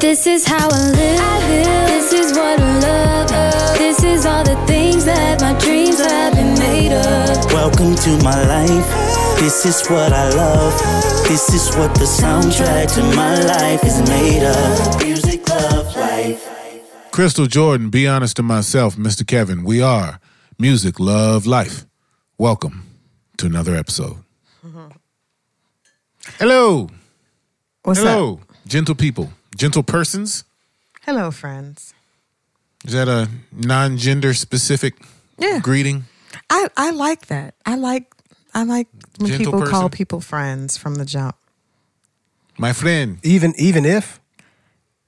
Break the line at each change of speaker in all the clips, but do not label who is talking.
This is how I live. This is what I love. This is all the things that my dreams have been made of.
Welcome to my life. This is what I love. This is what the soundtrack to my life is made of. Music, love, life.
Crystal Jordan, Be Honest to Myself, Mr. Kevin, we are Music, Love, Life. Welcome to another episode. Hello.
What's up?
Hello, gentle people, gentle persons.
Hello, friends.
Is that a non gender specific
Yeah.
greeting?
I, I like that. I like I like when
Gentle
people call
person.
people friends from the jump.
My friend,
Even even if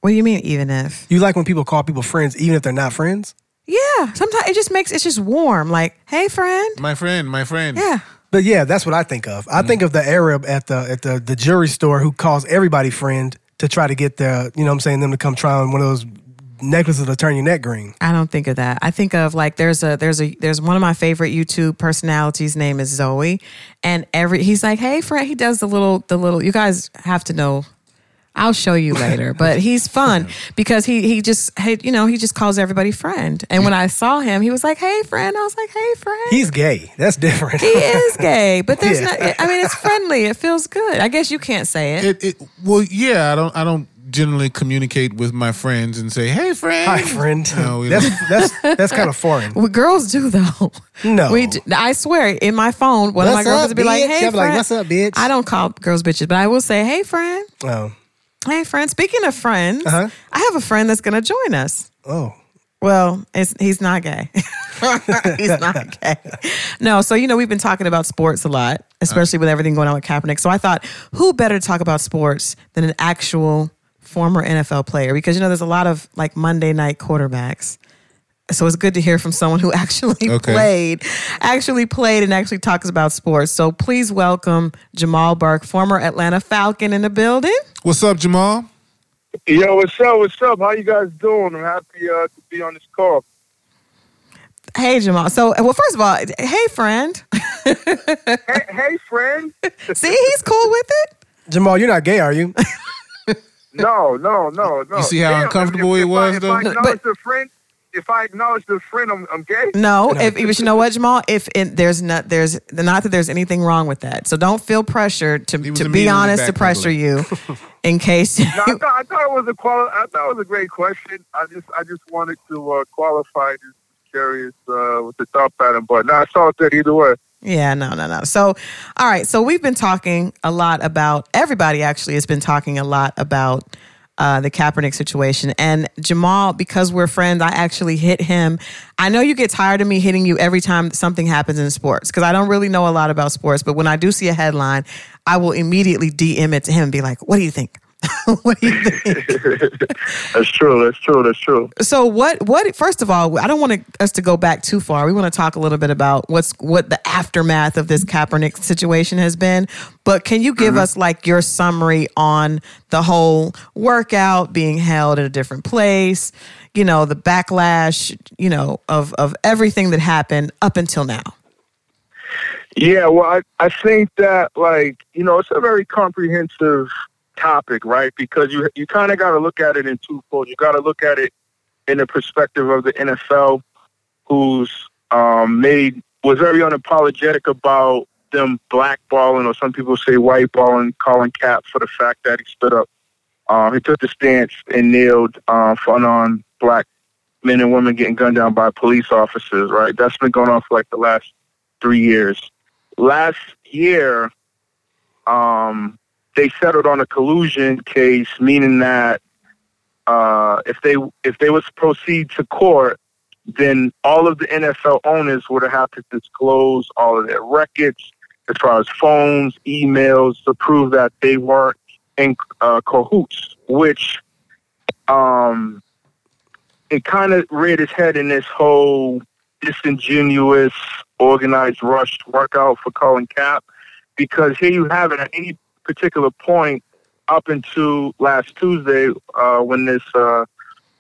What do you mean, even if?
you like when people call people friends, even if they're not friends.
Yeah. Sometimes it just makes it's just warm. Like, hey, friend.
my friend, my friend.
Yeah.
But yeah, that's what I think of. I think of the Arab at the at the, the jewelry store who calls everybody friend to try to get their you know what I'm saying them to come try on one of those necklaces to turn your neck green.
I don't think of that. I think of like there's a there's a there's one of my favorite YouTube personalities. Name is Zoe, and every he's like, hey, friend. He does the little the little. You guys have to know. I'll show you later, but he's fun because he he just hey you know he just calls everybody friend. And when I saw him, he was like, hey, friend. I was like, hey, friend.
He's gay. That's different.
he is gay, but there's
Yeah.
not. I mean, it's friendly. It feels good. I guess you can't say it.
It, it, well, yeah, I don't, I don't generally communicate with my friends and say, hey, friend.
Hi, friend.
No, we
that's,
don't.
that's that's kind of foreign.
Well, girls do though.
No.
we. Do, I swear, in my phone, one of my
What's
girls
up,
would be like,
bitch?
"Hey,
They'll be like,
friend."
"What's up, bitch?"
I don't call girls bitches, but I will say, "Hey, friend."
Oh,
Hey, friend. Speaking of friends,
Uh-huh.
I have a friend that's going to join us.
oh,
Well, it's, he's not gay. he's not gay. No, so you know we've been talking about sports a lot, especially with everything going on with Kaepernick. So I thought, who better to talk about sports than an actual former NFL player? Because you know there's a lot of like Monday night quarterbacks. So it's good to hear from someone who actually
Okay.
played, actually played, and actually talks about sports. So please welcome Jamal Burke, former Atlanta Falcon, in the building.
What's up, Jamal?
Yo, what's up? What's up? How you guys doing? I'm happy uh, to be on this call.
Hey Jamal. So well, first of all, hey friend.
Hey, hey friend.
See, he's cool with it.
Jamal, you're not gay, are you?
No, no, no, no.
You see how
Damn,
uncomfortable
if,
he
if
was,
I, if
though?
I
No,
acknowledge the friend, if I acknowledge the friend, I'm, I'm gay.
No, if but you know what, Jamal, if it, there's not there's not that there's anything wrong with that. So don't feel pressured to
He was
to be
immediately
honest to
back, by the
pressure
way.
you in case
No, I, thought, I thought it was a quali- I thought it was a great question. I just I just wanted to uh, qualify. Just curious uh, with the thought pattern, but no, I saw it that either way.
Yeah, no, no, no. So, all right. So we've been talking a lot about everybody. Actually, has been talking a lot about uh, the Kaepernick situation and Jamal. Because we're friends, I actually hit him. I know you get tired of me hitting you every time something happens in sports because I don't really know a lot about sports. But when I do see a headline, I will immediately DM it to him and be like, "What do you think? what do you think?"
That's true. That's true. That's true.
So what? What? First of all, I don't want to, us to go back too far. We want to talk a little bit about what's what the aftermath of this Kaepernick situation has been. But can you give us like your summary on the whole workout being held at a different place? You know, the backlash. You know, of of everything that happened up until now.
Yeah, well, I, I think that like you know it's a very comprehensive topic, right? Because you you kind of got to look at it in twofold. You got to look at it in the perspective of the NFL, who's um, made was very unapologetic about them blackballing, or some people say whiteballing, Colin Cap for the fact that he stood up, um, he took the stance and kneeled uh, for non black men and women getting gunned down by police officers. Right, that's been going on for like the last three years last year, um, they settled on a collusion case, meaning that uh, if they if they was to proceed to court, then all of the NFL owners would have had to disclose all of their records, as far as phones, emails, to prove that they weren't in uh, cahoots. Which um, it kind of reared its head in this whole disingenuous, organized, rushed workout for Colin Cap because here you have it at any particular point up until last Tuesday uh, when this uh,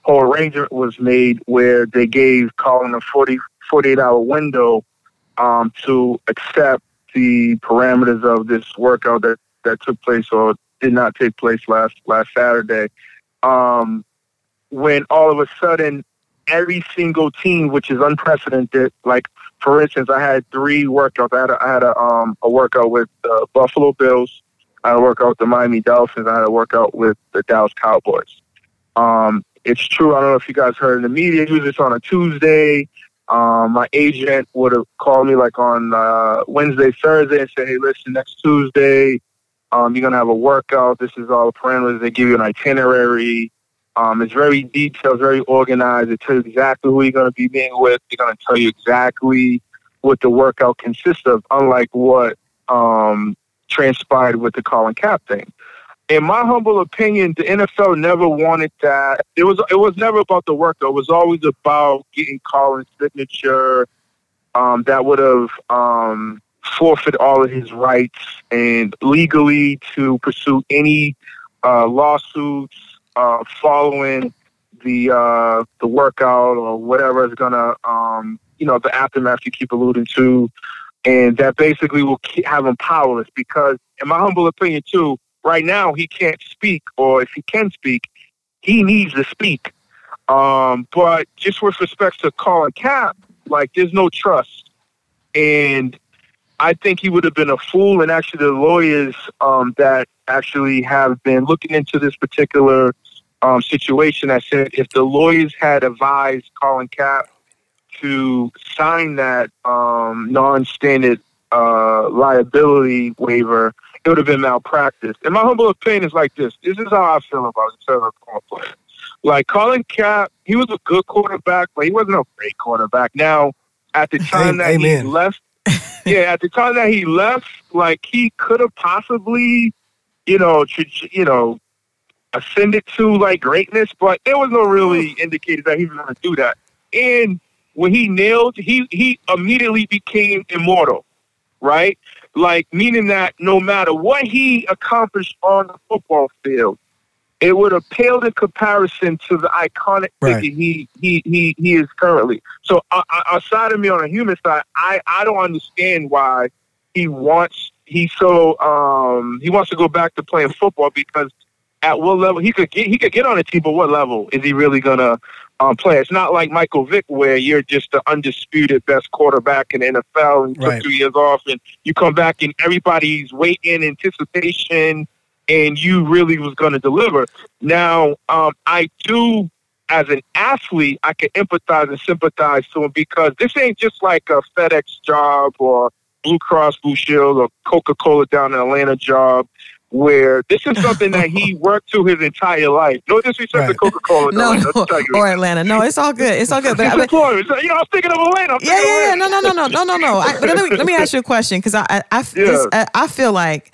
whole arrangement was made where they gave Colin a 40, 48 hour window um, to accept the parameters of this workout that, that took place or did not take place last last Saturday. um, when all of a sudden every single team, which is unprecedented, like for instance, I had three workouts. I had a, I had a, um, a workout with the Buffalo Bills. I had a workout with the Miami Dolphins. I had a workout with the Dallas Cowboys. Um, it's true. I don't know if you guys heard in the media. Usually it's on a Tuesday. Um, my agent would have called me like on uh, Wednesday, Thursday, and said, "Hey, listen, next Tuesday, um, you're gonna have a workout. This is all the parameters. They give you an itinerary. Um, it's very detailed, very organized. It tells you exactly who you're going to be meeting with. They're going to tell you exactly what the workout consists of, unlike what um, transpired with the Colin Cap thing. In my humble opinion, the NFL never wanted that. It was it was never about the workout. It was always about getting Colin's signature. Um, that would have um, forfeit all of his rights and legally to pursue any uh, lawsuits uh, following the uh, the workout or whatever is gonna um, you know the aftermath you keep alluding to, and that basically will keep, have him powerless because, in my humble opinion, too, right now he can't speak, or if he can speak, he needs to speak. Um, but just with respect to Colin Cap, like there's no trust, and I think he would have been a fool. And actually, the lawyers um, that actually have been looking into this particular um, situation, I said if the lawyers had advised Colin Kapp to sign that um, non-standard uh, liability waiver, it would have been malpractice. And my humble opinion is like this: this is how I feel about it. instead of a player. Like Colin Kapp, he was a good quarterback, but he wasn't a great quarterback. Now, at the time that
Amen.
he left yeah, at the time that he left, like he could have possibly, you know, tr- tr- you know, ascended to like greatness, but there was no really indicator that he was going to do that. And when he nailed, he he immediately became immortal, right? Like meaning that no matter what he accomplished on the football field, it would have paled in comparison to the iconic
Right.
figure he, he he he is currently. So uh, uh, outside of me on a human side, I I don't understand why he wants he so um he wants to go back to playing football because at what level he could get he could get on a team, but what level is he really gonna um, play? It's not like Michael Vick where you're just the undisputed best quarterback in the NFL and took
Right.
two years off, and you come back and everybody's waiting anticipation, and you really was gonna deliver. Now um, I do. As an athlete, I can empathize and sympathize to him because this ain't just like a FedEx job or Blue Cross Blue Shield or Coca Cola down in Atlanta job, where this is something that he worked to his entire life. No disrespect to
Right.
Coca Cola,
No,
let's tell you.
or Atlanta. No, it's all good. It's all good. But,
It's
but-
employers. You know, I was thinking of Atlanta. I'm
yeah,
thinking
yeah, yeah.
Atlanta.
No, no, no, no, no, no, no. I, but let me let me ask you a question because I I, I, f-
Yeah.
this- I I feel like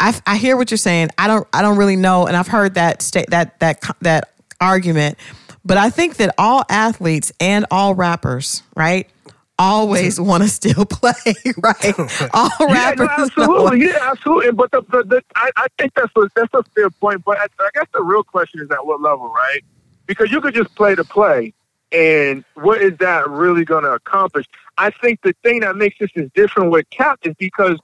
I, I hear what you're saying. I don't I don't really know, and I've heard that state that that co- that argument. But I think that all athletes and all rappers, right, always want to still play, right? All
Yeah, no,
rappers,
absolutely. Yeah, absolutely. But the, the, the I, I think that's a, that's a fair point. But I, I guess the real question is at what level, right? Because you could just play to play, and what is that really going to accomplish? I think the thing that makes this is different with Cap is because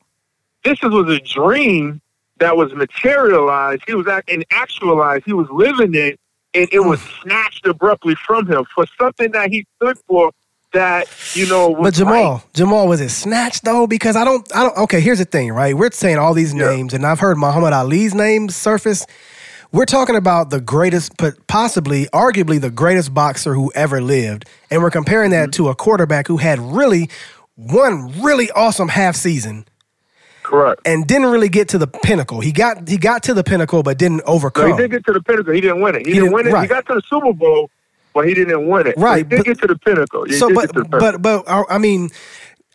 this is, was a dream that was materialized. He was act- and actualized. He was living it, and it was
Hmm.
snatched abruptly from him for something that he stood for. That you know, was
But Jamal,
right.
Jamal was it snatched though? Because I don't, I don't. Okay, here's the thing, right? We're saying all these
Yeah.
names, and I've heard Muhammad Ali's name surface. We're talking about the greatest, po- possibly, arguably the greatest boxer who ever lived, and we're comparing that
Mm-hmm.
to a quarterback who had really one really awesome half season
correct.
and didn't really get to the pinnacle. He got he got to the pinnacle, but didn't
No,
overcome.
he did get to the pinnacle. He didn't win it.
He
He, didn't
didn't-
win it. He
right.
got to the Super Bowl, but he didn't win it. So he
Right,
did
but-
get to the pinnacle. He
so,
did
but
get to the pinnacle.
but but I I mean,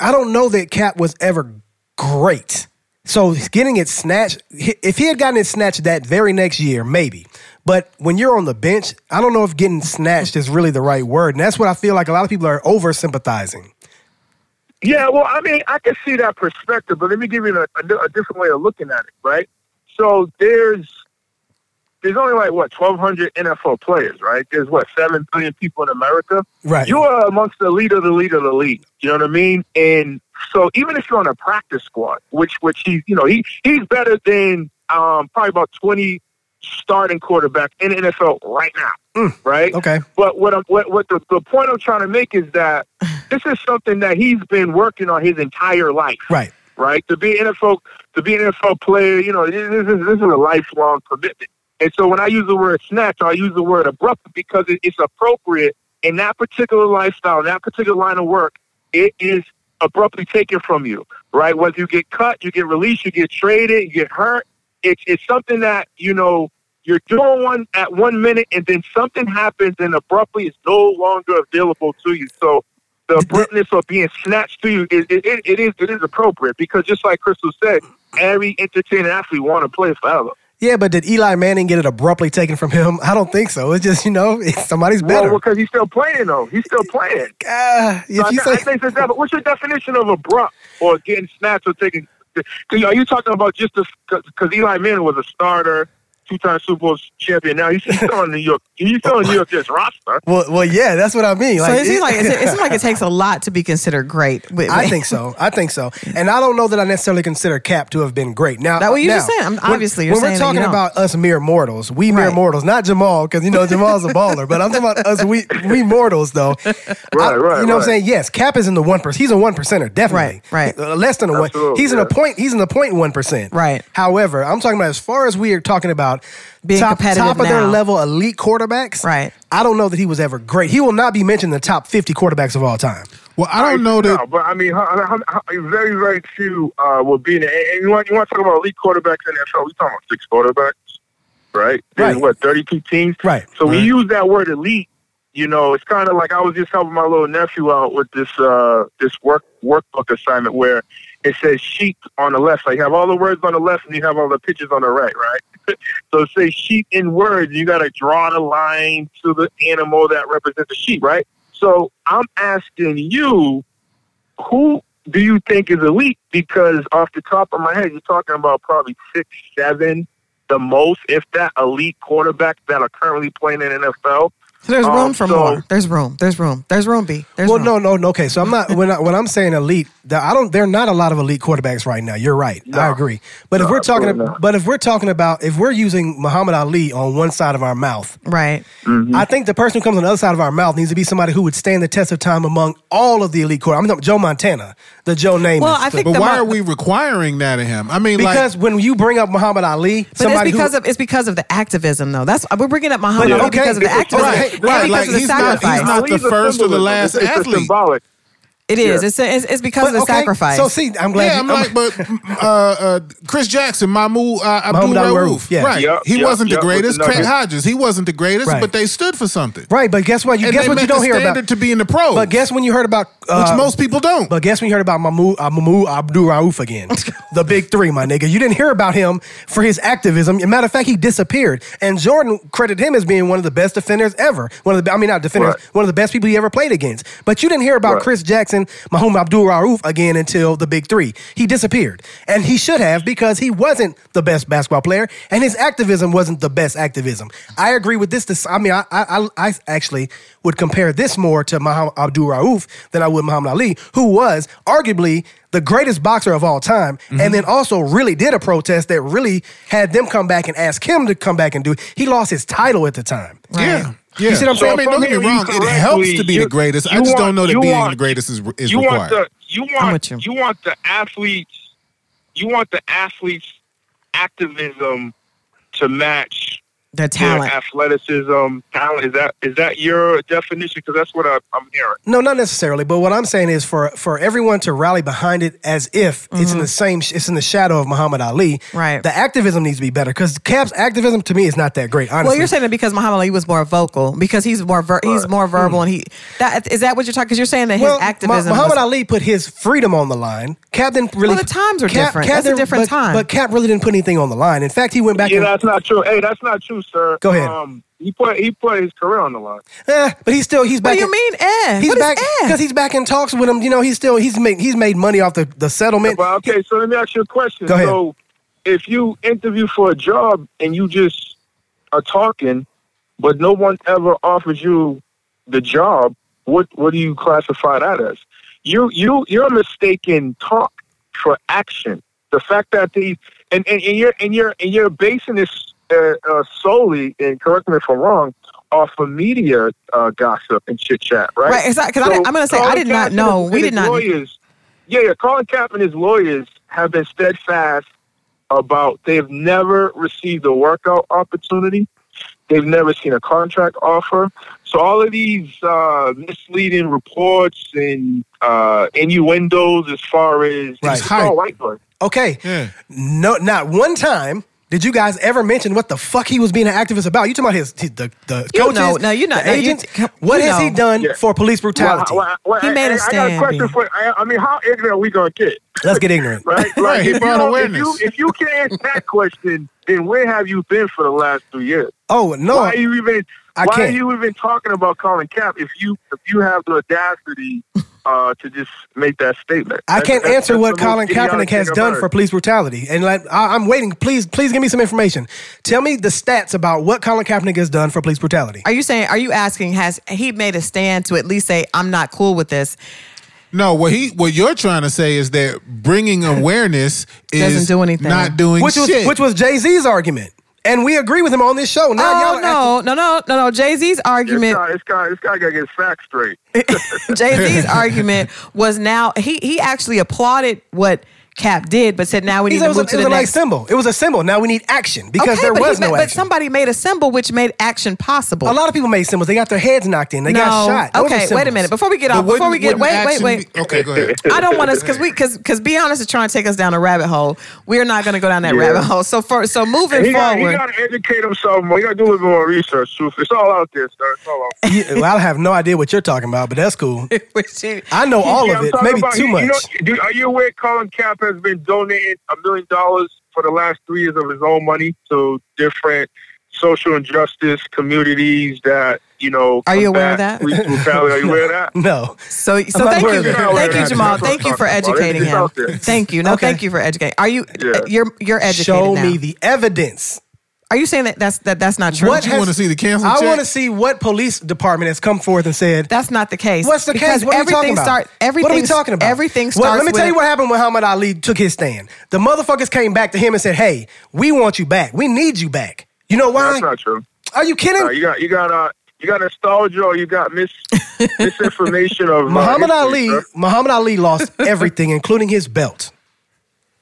I don't know that Cap was ever great. So getting it snatched, hi- if he had gotten it snatched that very next year, maybe. But when you're on the bench, I don't know if getting snatched is really the right word, and that's what I feel like a lot of people are over sympathizing.
Yeah, well, I mean, I can see that perspective, but let me give you a, a, di- a different way of looking at it, right? So there's there's only like what 1,200 NFL players, right? There's what seven billion people in America.
Right.
You are amongst the leader, of the leader, of the league. You know what I mean? And so even if you're on a practice squad, which which he, you know, he he's better than um, probably about 20 starting quarterback in the NFL right now, right?
Okay.
But what I'm, what what the, the point I'm trying to make is that this is something that he's been working on his entire life,
Right.
right? To be an NFL to be an NFL player, you know, this this is this is a lifelong commitment. And so when I use the word snatch, I use the word abrupt because it, it's appropriate in that particular lifestyle, in that particular line of work. It is abruptly taken from you, right? Whether you get cut, you get released, you get traded, you get hurt. It's it's something that you know you're doing one at one minute, and then something happens, and abruptly it's no longer available to you. So the abruptness of being snatched to you is it, it, it is it is appropriate because just like Crystal said, every entertaining athlete want to play forever.
Yeah, but did Eli Manning get it abruptly taken from him? I don't think so. It's just you know it's, somebody's
Well,
better.
because he's still playing though. He's still playing.
Ah,
So
if you
I, th- I
say
think that's that, but what's your definition of abrupt or getting snatched or taking? Cause are you talking about just because Eli Manning was a starter, two-time Super Bowl champion? Now he's still on New York. He's still on New York Jets roster.
well, well, yeah, that's what I mean.
so it seems
it-
like it, it seems like it takes a lot to be considered great. With-
I think so. I think so. And I don't know that I necessarily consider Cap to have been great. Now,
That what you
now,
just said. I'm- obviously, you're
when
saying
we're
that you
talking
don't.
about us mere mortals, we mere
Right.
mortals, not Jamal, because you know Jamal's a baller. But I'm talking about us we we mortals though.
Right, right,
You know what I'm
right.
saying? Yes, Cap is in the one percent. He's a one percenter, definitely.
Right, right.
Uh, less than a one.
Absolutely,
He's in a
yeah.
point. He's in the point one percent.
Right.
However, I'm talking about as far as we are talking about
Being
top
competitive
top of their
now.
level elite quarterbacks.
Right.
I don't know that he was ever great. He will not be mentioned in the top 50 quarterbacks of all time.
Well, I don't know
No,
that.
but I mean, how, how, how, very, very few uh, will be in it. And, and you want you want to talk about elite quarterbacks in the NFL? We talking about six quarterbacks, right? There's
Right.
what thirty two teams,
Right.
So we
Right.
use that word elite. You know, it's kind of like I was just helping my little nephew out with this uh, this work workbook assignment where it says sheep on the left. So you have all the words on the left, and you have all the pictures on the right, right? So say sheep in words, you got to draw the line to the animal that represents the sheep, right? So I'm asking you, who do you think is elite? Because off the top of my head, you're talking about probably six, seven, the most, if that, elite quarterbacks that are currently playing in the NFL.
so there's
um,
room for
so-
more. There's room. There's room. There's room. B. There's
Well,
room.
no, no, no. Okay, so I'm not when I, when I'm saying elite. the- I don't. There are not a lot of elite quarterbacks right now. You're right. I
No.
agree. But if
No,
we're talking,
absolutely not.
but if we're talking about if we're using Muhammad Ali on one side of our mouth,
Right.
Mm-hmm.
I think the person who comes on the other side of our mouth needs to be somebody who would stand the test of time among all of the elite quarterbacks. I'm talking Joe Montana, the Joe Namath.
Well, I
the-
think
But
the
why
mo-
are we requiring that of him? I mean,
because
like,
when you bring up Muhammad Ali,
But it's
somebody
because
who,
of it's because of the activism though. That's we're bringing up Muhammad
Yeah.
Ali
Okay,
because of the
because-
activism
right,
and
right,
because
like,
of the
he's not- he's
sacrifice.
not the
Ali's a
first or the
symbolism.
last
It's- it's a
athlete.
symbolic.
it is. It's, it's it's because of the
okay,
sacrifice.
So see, I'm glad.
yeah,
you,
I'm like, but uh, uh, Chris Jackson, Mahmoud uh, Abdul
Mahmoud Al-Raouf,
Raouf,
yeah.
right?
Yup,
he
yup,
wasn't
yup,
the
with the
greatest. Craig
Nuggets.
Hodges, he wasn't the greatest,
Right.
but they stood for something,
right, but guess what? You
And
guess
they
what you
met
don't
the
hear
standard
about
to be in the pros.
But guess when you heard about uh,
which most people don't.
But guess when you heard about Mahmoud, uh, Mahmoud Abdul Rauf again? the big three, my nigga. You didn't hear about him for his activism. As a matter of fact, he disappeared. And Jordan credited him as being one of the best defenders ever. One of the, I mean, not defenders,
Right.
one of the best people he ever played against. But you didn't hear about
Right.
Chris Jackson, Mahmoud Abdul Rauf again until the big three. He disappeared. And he should have because he wasn't the best basketball player and his activism wasn't the best activism. I agree with this. this I mean, I, I, I I actually would compare this more to Muhammad Abdul Rauf than I would Muhammad Ali, who was arguably the greatest boxer of all time, and then also really did a protest that really had them come back and ask him to come back and do it. He lost his title at the time.
yeah. Yeah.
uh, You see what I'm
So,
saying?
I mean, don't get me
if I'm
wrong.
hearing
It
you
helps to
correctly,
be
you-
the greatest. I
you
just
want-
don't know that
you
being
want-
the greatest is, is
you
required.
want the you
I'm
want
with you.
you. want the athletes you want the athletes activism to match
their
their
talent.
athleticism talent is that is that your definition because that's what I, I'm hearing
No, not necessarily. But what I'm saying is for for everyone to rally behind it as if it's in the same, sh- it's in the shadow of Muhammad Ali.
Mm-hmm. Right.
The activism needs to be better because Cap's activism to me is not that great. Honestly.
Well, you're saying that because Muhammad Ali was more vocal because he's more ver- he's more verbal and he that is that what you're talking because you're saying that his
Hmm. Well,
activism
Mu- Muhammad
was-
Ali put his freedom on the line. Cap didn't really.
Well, the times are different. That's a
didn't-
different
but-
time.
But Cap really didn't put anything on the line. In fact, he went back.
yeah
and,
that's not true hey that's not true sir
Go ahead.
um, he put he put his career on the line
Eh, but he's still he's
What
back.
do
in-
you mean? Eh?
He's
What is
back
eh?
because he's back in talks with him. You know, he's still he's made he's made money off the the settlement.
Well, okay, so let me ask you a question.
Go ahead.
So, if you interview for a job and you just are talking, but no one ever offers you the job, what what do you classify that as? You you you're mistaking talk for action. The fact that they and, and, and you're and you're and you're basing this uh, uh, solely, and correct me if I'm wrong, off of media uh, gossip and chit chat, right?
Right, exactly, 'cause I- I'm gonna say I
Colin
did not
Kaepernick
know.
and
We
his
did not-
Lawyers, yeah, yeah. Colin Kaepernick and his lawyers have been steadfast about they've never received a workout opportunity. They've never seen a contract offer. So all of these uh, misleading reports and uh, innuendos, as far as
Right.
it's all white boy.
Okay.
Yeah.
No, not one time did you guys ever mention what the fuck he was being an activist about. You talking about his his- the the
You
coaches?
know, no, you're not-
the
no, you-
agents?
come-
what
you
has he
know.
done
Yeah.
for police brutality?
Well, well,
He
I-
made a
I- I got a
stand,
question
B.
for. I, I mean, how ignorant are we gonna get?
Let's get ignorant.
Right? Like,
Right, he
if, you
brought
don't- if you
awareness.
if you can't answer that question, then where have you been for the last two years?
Oh no,
why are you even?
I
why are
can't.
you even talking about Colin Cap if you if you have the audacity uh, to just make that statement?
I
That's-
can't
that's-
answer
that's
what
the most
Colin
idiotic
Kaepernick
thing
has
I've
done
heard.
for police brutality, and like I, I'm waiting. Please, please give me some information. Tell me the stats about what Colin Kaepernick has done for police brutality.
Are you saying? Are you asking? Has he made a stand to at least say I'm not cool with this?
No, what he what you're trying to say is that bringing awareness is
Doesn't do anything.
not doing
Which was
shit.
which was Jay Z's argument, and we agree with him on this show. Now y'all
Oh
are
no, no, no, no, no. Jay Z's
This
argument
guy, this guy, this guy gotta get his facts straight.
Jay Z's argument was now he he actually applauded what Cap did, but said now we
He
need
said it
to
was, a,
move
it
to
was
the
a nice
next.
symbol. It was a symbol. Now we need action because there
but, he
was
ma-
no
but
action.
somebody made a symbol which made action possible.
a lot of people made symbols. They got their heads knocked in. They got shot. Those
Okay,
are
wait a
symbols.
minute. Before we get
But
off, before
wouldn't-
we get
wouldn't
wait, wait,
action
wait.
be- okay, go ahead.
I don't want us because we because because be honest is trying to take us down a rabbit hole. We're not going to go down that
Yeah.
rabbit hole. So for so moving
He got, he
forward,
got to educate himself more. He got to do a little bit more research, Truth. It's all out there, sir. It's all out there.
Yeah, well, I have no idea what you're talking about, but that's cool.
which is-
I know all
Yeah,
of
I'm
it,
talking
maybe
about-
too
you-
much.
You know, dude, are you aware Colin Kaepernick has been donating a million dollars for the last three years of his own money to different social injustice communities that you know?
Are you aware of
combat
that?
police brutality? Are you aware of that?
no,
so so
not
thank
aware
you
of it.
thank you
That's
Jamal
what I'm
thank you for
talking about.
educating
It's
him.
out there.
Thank you no
Okay.
thank you for educating. Are you
Yeah.
you're you're educated
show
now.
me the evidence.
Are you saying that that's that that's not true?
What
you
has-
want to see the cancel
I
check?
want to see what police department has come forth and said.
That's not the case.
What's the
Because
case? What are you talking
everything
about?
Start, everything,
what are we talking about?
Everything starts.
Well, let me tell
with-
you what happened when Muhammad Ali took his stand. The motherfuckers came back to him and said, "Hey, we want you back. We need you back." You know why?
That's not true.
Are you kidding?
No, you got you got uh, you got nostalgia or you got mis misinformation of uh,
Muhammad
history,
Ali,
sir.
Muhammad Ali lost everything, including his belt.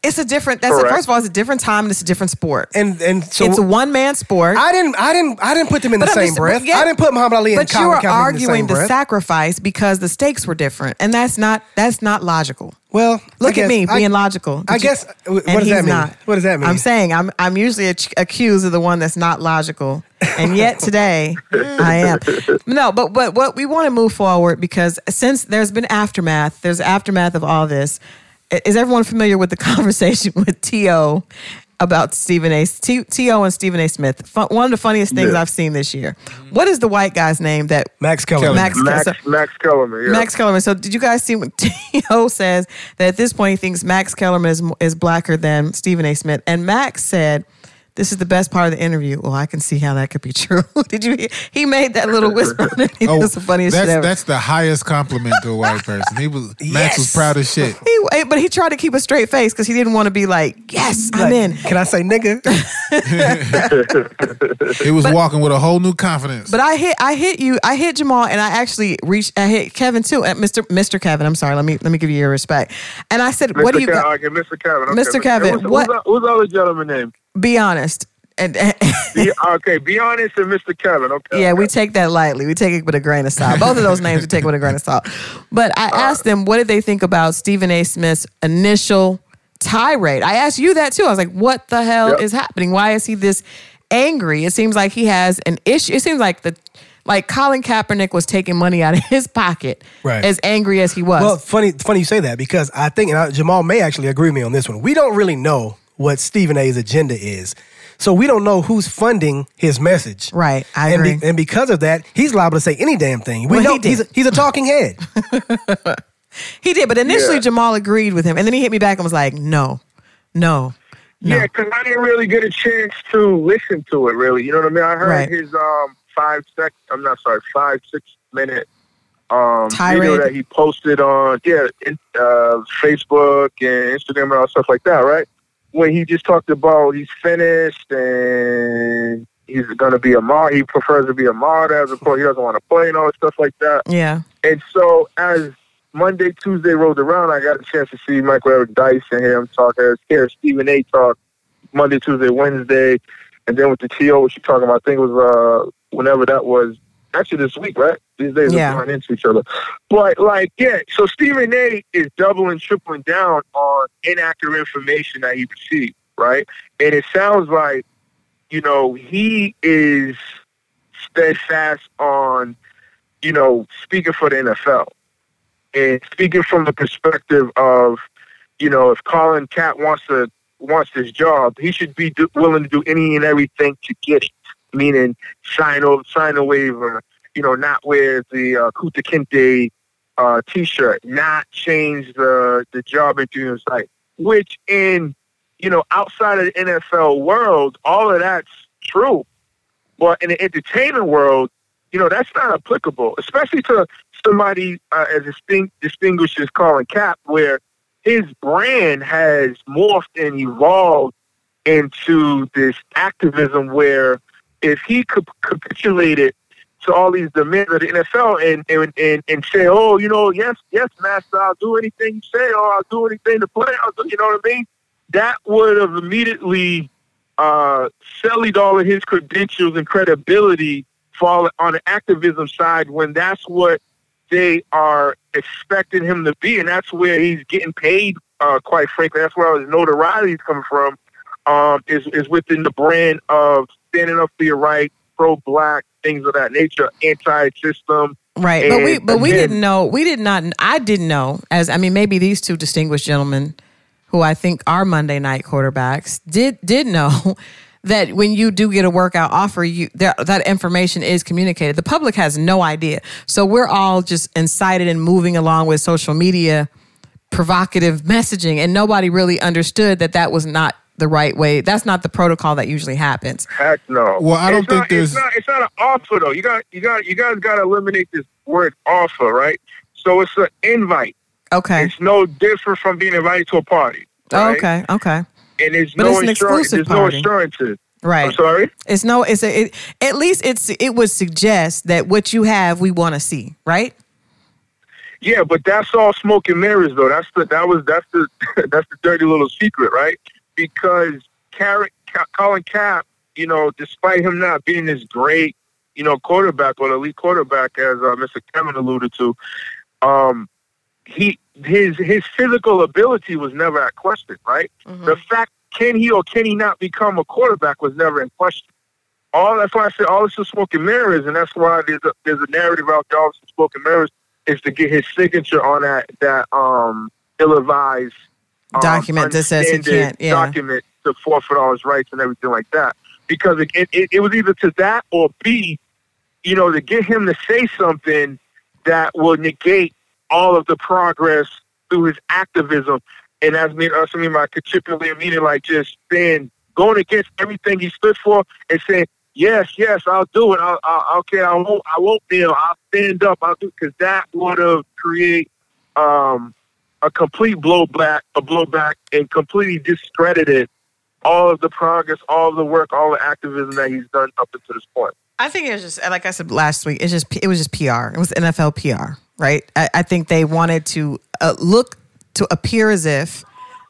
It's a different. That's a,
Correct.
first of all, it's a different time and it's a different sport.
And and so
it's a one man sport.
I didn't, I didn't, I didn't put them in the
But I'm
same
just-
breath.
yeah,
I didn't put Muhammad Ali and
but you
Colin
are
Kaepernick
arguing
in the same
the,
breath.
sacrifice because the stakes were different, and that's not that's not logical.
well,
Look
I guess-
at me
I-
being logical.
I
Did you-
guess. uh, What
and
does that
he's
mean?
not.
What does that mean?
I'm saying I'm I'm usually ac- accused of the one that's not logical, and yet today I am. No, but but what we want to move forward because since there's been aftermath, there's aftermath of all this. I- Is everyone familiar with the conversation with T.O. about Stephen A. T- T.O. and Stephen A. Smith? Fun, one of the funniest things
Yeah.
I've seen this year. What is the white guy's name that
Max Kellerman.
Max-
Max
so-
Max Kellerman. Yeah.
Max Kellerman. So, did you guys see what T.O. says that at this point he thinks Max Kellerman is, is blacker than Stephen A. Smith? And Max said, This is the best part of the interview. Well, I can see how that could be true. did you hear? He made that little whisper. it was the funniest
Oh, that's,
shit ever.
that's the highest compliment to a white person. He was Max was
Yes.
proud as shit.
He- eh, but he tried to keep a straight face because he didn't want to be like, Yes, I'm
Like,
in.
Can I say nigga?
He was walking with a whole new confidence.
But I hit, I hit you, I hit Jamal, and I actually reached, I hit Kevin too, at Mr. Mr. Kevin. I'm sorry, let me let me give you your respect. And I said,
Mr.
"What do you
Ke-
got?"
okay, Mr. Kevin. Okay,
Mr. Kevin,
Who's,
what-
Who's, the- who's the other gentleman's name?
Be honest. And
Be, okay, be honest and Mr. Kevin. Okay.
Yeah,
okay.
we take that lightly. We take it with a grain of salt. Both of those names we take with a grain of salt. But I asked them, what did they think about Stephen A. Smith's initial tirade? I asked you that too. I was like, what the hell
Yep.
is happening? Why is he this angry? It seems like he has an issue. It seems like the like Colin Kaepernick was taking money out of his pocket,
Right.
as angry as he was.
Well, funny, funny you say that because I think and I, Jamal may actually agree with me on this one. We don't really know what Stephen A's agenda is, so we don't know who's funding his message.
Right, I
and
agree.
and because of that, he's liable to say any damn thing. We
Well,
know
he did.
he's a, he's a talking head.
he did, but initially
Yeah.
Jamal agreed with him, and then he hit me back and was like, no, no, no.
Yeah, because I didn't really get a chance to listen to it. Really, you know what I mean? I heard
Right.
his um five sec. I'm not sorry, five six minute um video
Tirade.
that he posted on yeah in, uh, Facebook and Instagram and all stuff like that. Right? when he just talked about he's finished and he's going to be a mod. He prefers to be a mod as opposed he doesn't want to play and all that stuff like that.
Yeah.
And so as Monday, Tuesday rolled around, I got a chance to see Michael Eric Dice and hear him talk, hear hear Stephen A. talk Monday, Tuesday, Wednesday, and then with the TO, what you talking about? I think it was uh, whenever that was. Actually, this week, right? These days
Yeah.
are going into each other. But like, yeah. So Stephen A. is doubling, tripling down on inaccurate information that he received, right? And it sounds like, you know, he is steadfast on, you know, speaking for the NFL and speaking from the perspective of, you know, if Colin Cat wants to wants this job, he should be do, willing to do any and everything to get it. Meaning, sign over, sign a waiver. You know, not wear the uh, Kuta Kinte uh, T-shirt, not change the the job interview site. Which in you know outside of the NFL world, all of that's true. But in the entertainment world, you know that's not applicable, especially to somebody uh, as distinct, distinguished as Colin Cap, where his brand has morphed and evolved into this activism where if he could capitulated to all these demands of the NFL and, and, and, and say, oh, you know, yes, yes, master, I'll do anything you say, or I'll do anything to play, I'll do, you know what I mean? That would have immediately uh, sullied all of his credentials and credibility fall on the activism side when that's what they are expecting him to be, and that's where he's getting paid. Uh, quite frankly, that's where his notoriety is coming from. Um, is is within the brand of standing up for your right, pro black, things of that nature, anti system.
Right. but we
And-
but we
and then-
didn't know. We did not I didn't know as I mean maybe these two distinguished gentlemen who I think are Monday night quarterbacks did did know that when you do get a workout offer you that that information is communicated. The public has no idea. So we're all just incited and moving along with social media provocative messaging and nobody really understood that that was not the right way. That's not the protocol that usually happens.
Heck no.
Well, I don't
It's
think
not,
there's-
It's not, it's not an offer though. You got you got you guys got to eliminate this word offer, right? So it's an invite.
Okay.
It's no different from being invited to a party. right?
Okay. Okay.
And there's
But
no
it's an
insurance.
exclusive
There's
party.
no insurances.
Right.
I'm sorry.
It's no. It's a, it, at least it's it would suggest that what you have we want to see, right?
Yeah, but that's all smoke and mirrors, though. That's the that was that's the that's the dirty little secret, right? Because Carrot, Ca- Colin Kapp, you know, despite him not being this great, you know, quarterback or elite quarterback, as uh, Mr. Kevin alluded to, um, he his his physical ability was never at question, right? The fact can he or can he not become a quarterback was never in question. All that's why I said all this is smoke and mirrors, and that's why there's a, there's a narrative out there, all this is smoke and mirrors is to get his signature on that that um ill-advised um,
Document that says he
unstandard
can't, yeah.
document to forfeit all his rights and everything like that because it, it, it- it was either to that or B, you know, to get him to say something that will negate all of the progress through his activism, and that's me. That's me. My contributing meaning, like just being going against everything he stood for and saying, "Yes, yes, I'll do it. I'll, I'll okay, I won't, I won't kneel. I'll stand up. I'll do." Because that would have create um, a complete blowback, a blowback, and completely discredited all of the progress, all the work, all the activism that he's done up until this point.
I think it was just like I said last week. It's just it was just PR. It was NFL PR, right? I, I think they wanted to uh, look to appear as if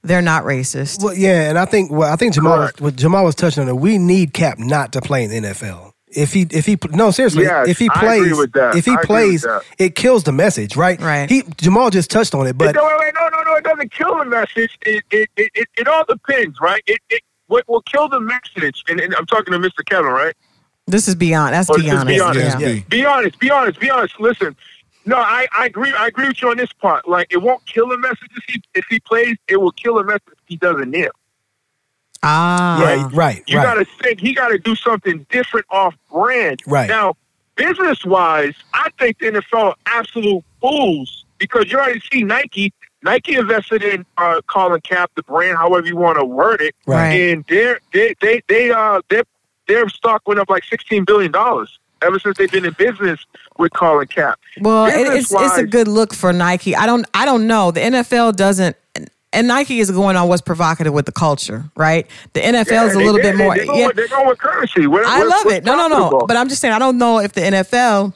they're not racist.
Well, yeah, and I think well, I think Jamal was,
Correct.
what Jamal was touching on it. We need Cap not to play in the NFL. If he if he no seriously
Yes,
if he
I
plays
agree with that.
if he
I agree with
plays
that.
it kills the message right
Right.
he Jamal just touched on it but
no, wait, wait, no, no, no. It doesn't kill the message. It it, it, it, it all depends, right? It, it what will kill the message, and, and I'm talking to Mr. Kevin, right?
This is beyond. That's
Well, just
beyond.
be honest.
Yes,
Yeah.
B.
Be honest, be honest, be honest. Listen, no, I, I agree. I agree with you on this part. Like, it won't kill the message if he if he plays. It will kill the message if he doesn't kneel.
Ah,
right right
You
right
got to think he got to do something different off brand.
Right.
Now, business wise, I think the NFL are absolute fools because you already see Nike. Nike invested in uh, Colin Cap, the brand, however you want to word it,
Right.
and their they they they uh their their stock went up like sixteen billion dollars ever since they've been in business with Colin Cap.
Well, it, it's it's a
Business-wise-
good look for Nike. I don't I don't know. The NFL doesn't and Nike is going on what's provocative with the culture, right? The NFL is a
they-
little
they-
bit more.
They're going,
yeah.
they're going with currency. What-
I
what-
love
what's
it. No, no, no.
profitable?
But I'm just saying, I don't know if the NFL,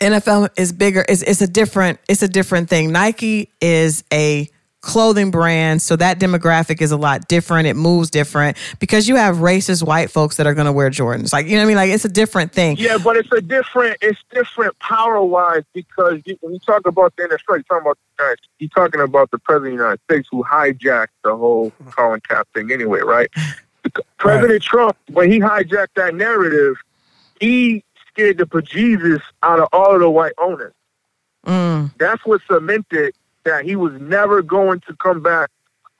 NFL is bigger. It's, it's a different, it's a different thing. Nike is a clothing brand, so that demographic is a lot different. It moves different because you have racist white folks that are going to wear Jordans. Like you know what I mean? Like it's a different thing.
Yeah, but it's a different. It's different power wise because you, when you talk about the NFL, you're talking about the United- you're talking about the president of the United States who hijacked the whole Colin Kaepernick thing anyway, right? President Trump, when he hijacked that narrative, he scared the bejesus out of all of the white owners.
Mm,
That's what cemented that he was never going to come back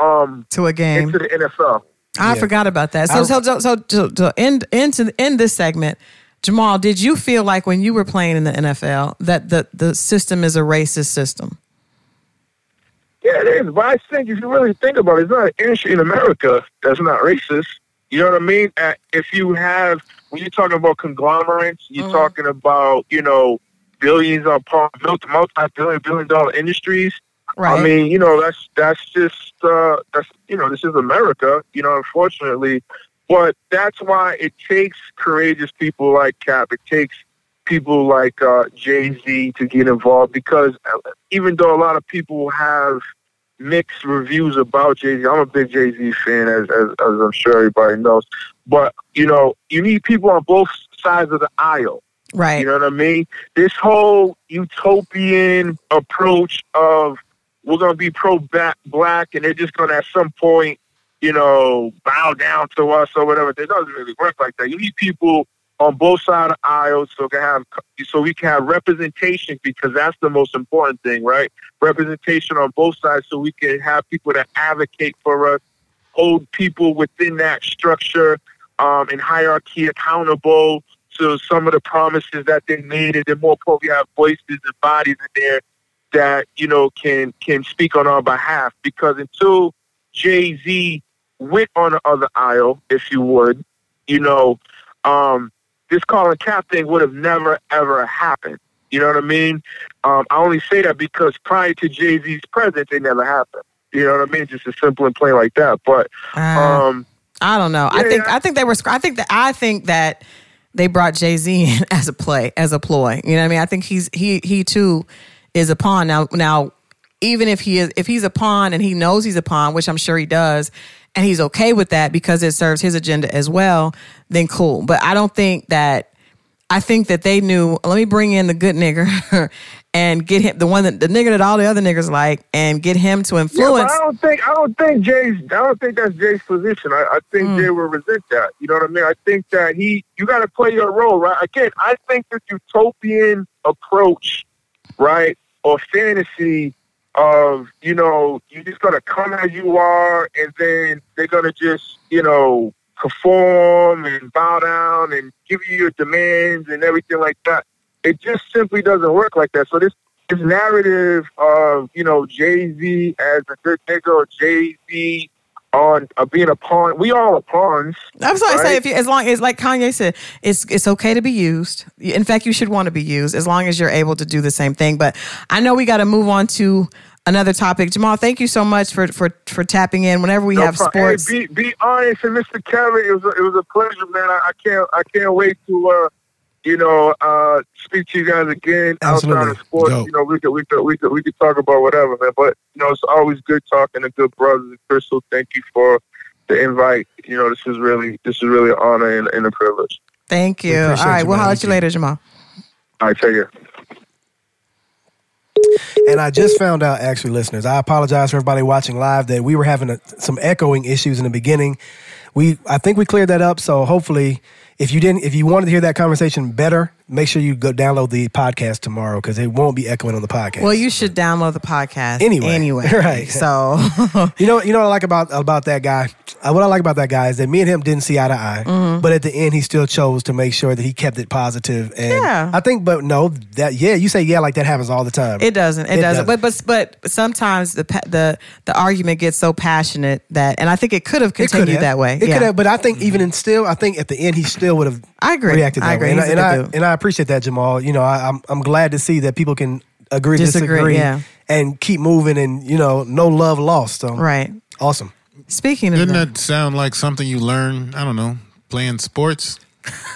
um,
to a game.
into the NFL.
I
Yeah.
forgot about that. So,
I-
so, so, so, to, to end, end, to end this segment, Jamal, did you feel like when you were playing in the NFL that the, the system is a racist system?
Yeah, it is. But I think if you really think about it, it's not an industry in America that's not racist. You know what I mean? Uh, If you have, when you're talking about conglomerates, you're talking about, you know, billions upon multi-billion, billion-dollar industries.
Right.
I mean, you know, that's that's just uh, that's you know, this is America. You know, unfortunately, but that's why it takes courageous people like Cap. It takes people like uh, Jay Z to get involved because uh, even though a lot of people have mixed reviews about Jay Z, I'm a big Jay Z fan, as, as as I'm sure everybody knows. But you know, you need people on both sides of the aisle.
right.
You know what I mean? This whole utopian approach of we're going to be pro ba- black and they're just going to at some point, you know, bow down to us or whatever. It doesn't really work like that. You need people on both sides of the aisle so we can have so we can have representation because that's the most important thing, right? Representation on both sides so we can have people that advocate for us, hold people within that structure um, and hierarchy accountable to some of the promises that they made, and then more importantly, have voices and bodies in there that you know can can speak on our behalf. Because until Jay Z went on the other aisle, if you would, you know, um, this Colin Kaepernick thing would have never ever happened. You know what I mean? Um, I only say that because prior to Jay Z's presence, it never happened. You know what I mean? Just as simple and plain like that. But
Uh,
um,
I don't know. I
yeah,
think
yeah.
I think they were. I think that I think that they brought Jay Z in as a play, as a ploy. You know what I mean? I think he's he he too is a pawn now. Now, even if he is if he's a pawn and he knows he's a pawn, which I'm sure he does, and he's okay with that because it serves his agenda as well, then cool. But I don't think that. I think that they knew. Let me bring in the good nigger and get him the one that the nigger that all the other niggers like, and get him to
Yeah, but
influence.
I don't think I don't think Jay's I don't think that's Jay's position. I, I think Jay will resent that. You know what I mean? I think that he you gotta play your role, right? Again, I think this utopian approach, right, or fantasy of, you know, you just gonna come as you are and then they're gonna just, you know, conform and bow down and give you your demands and everything like that. It just simply doesn't work like that. So this this narrative of you know Jay Z as a good nigga or Jay Z on uh, being a pawn. We all are pawns.
I'm sorry.
right?
Say if you, as long as like Kanye said, it's it's okay to be used. In fact, you should want to be used as long as you're able to do the same thing. But I know we got to move on to another topic. Jamal, thank you so much for for for tapping in. Whenever we
No
have
problem. Hey,
sports,
be, be honest, and Mr. Kevin, it was a, it was a pleasure, man. I, I can't I can't wait to uh, you know uh, speak to you guys again outside
Absolutely.
of sports.
Dope.
You know we could we could we could we could talk about whatever, man. But you know it's always good talking to good brothers. And Crystal, thank you for the invite. You know this is really this is really an honor and, and a privilege.
thank you.
We
All
appreciate
right,
you,
we'll
man.
holler at
Thank
you
you.
later, Jamal.
All right, take care.
And I just found out, actually, listeners, I apologize for everybody watching live that we were having a, some echoing issues in the beginning. We, I think we cleared that up. So hopefully, if you didn't, if you wanted to hear that conversation better, make sure you go download the podcast tomorrow because it won't be echoing on the podcast.
Well, you should download the podcast
Anyway,
Anyway,
right.
So
You know, you know what I like about about that guy. Uh, What I like about that guy is that me and him didn't see eye to eye,
Mm-hmm.
but at the end he still chose to make sure that he kept it positive. And
Yeah.
I think, but no, that yeah, you say yeah like that happens all the time.
It doesn't. It,
It
doesn't.
doesn't.
But but but sometimes the pa- the the argument gets so passionate that, and I think it could have
It could
continued
have.
that way.
It
yeah.
could have, but I think even in still, I think at the end he still would have
I agree.
reacted that
I agree.
way. And,
He's a
and
good
I
dude.
and I appreciate that, Jamal. You know, I, I'm I'm glad to see that people can agree, disagree,
Disagree, yeah.
and keep moving, and you know, no love lost. So
Right.
awesome.
Speaking of
Didn't
that,
that sound like something you learn? I don't know, playing sports.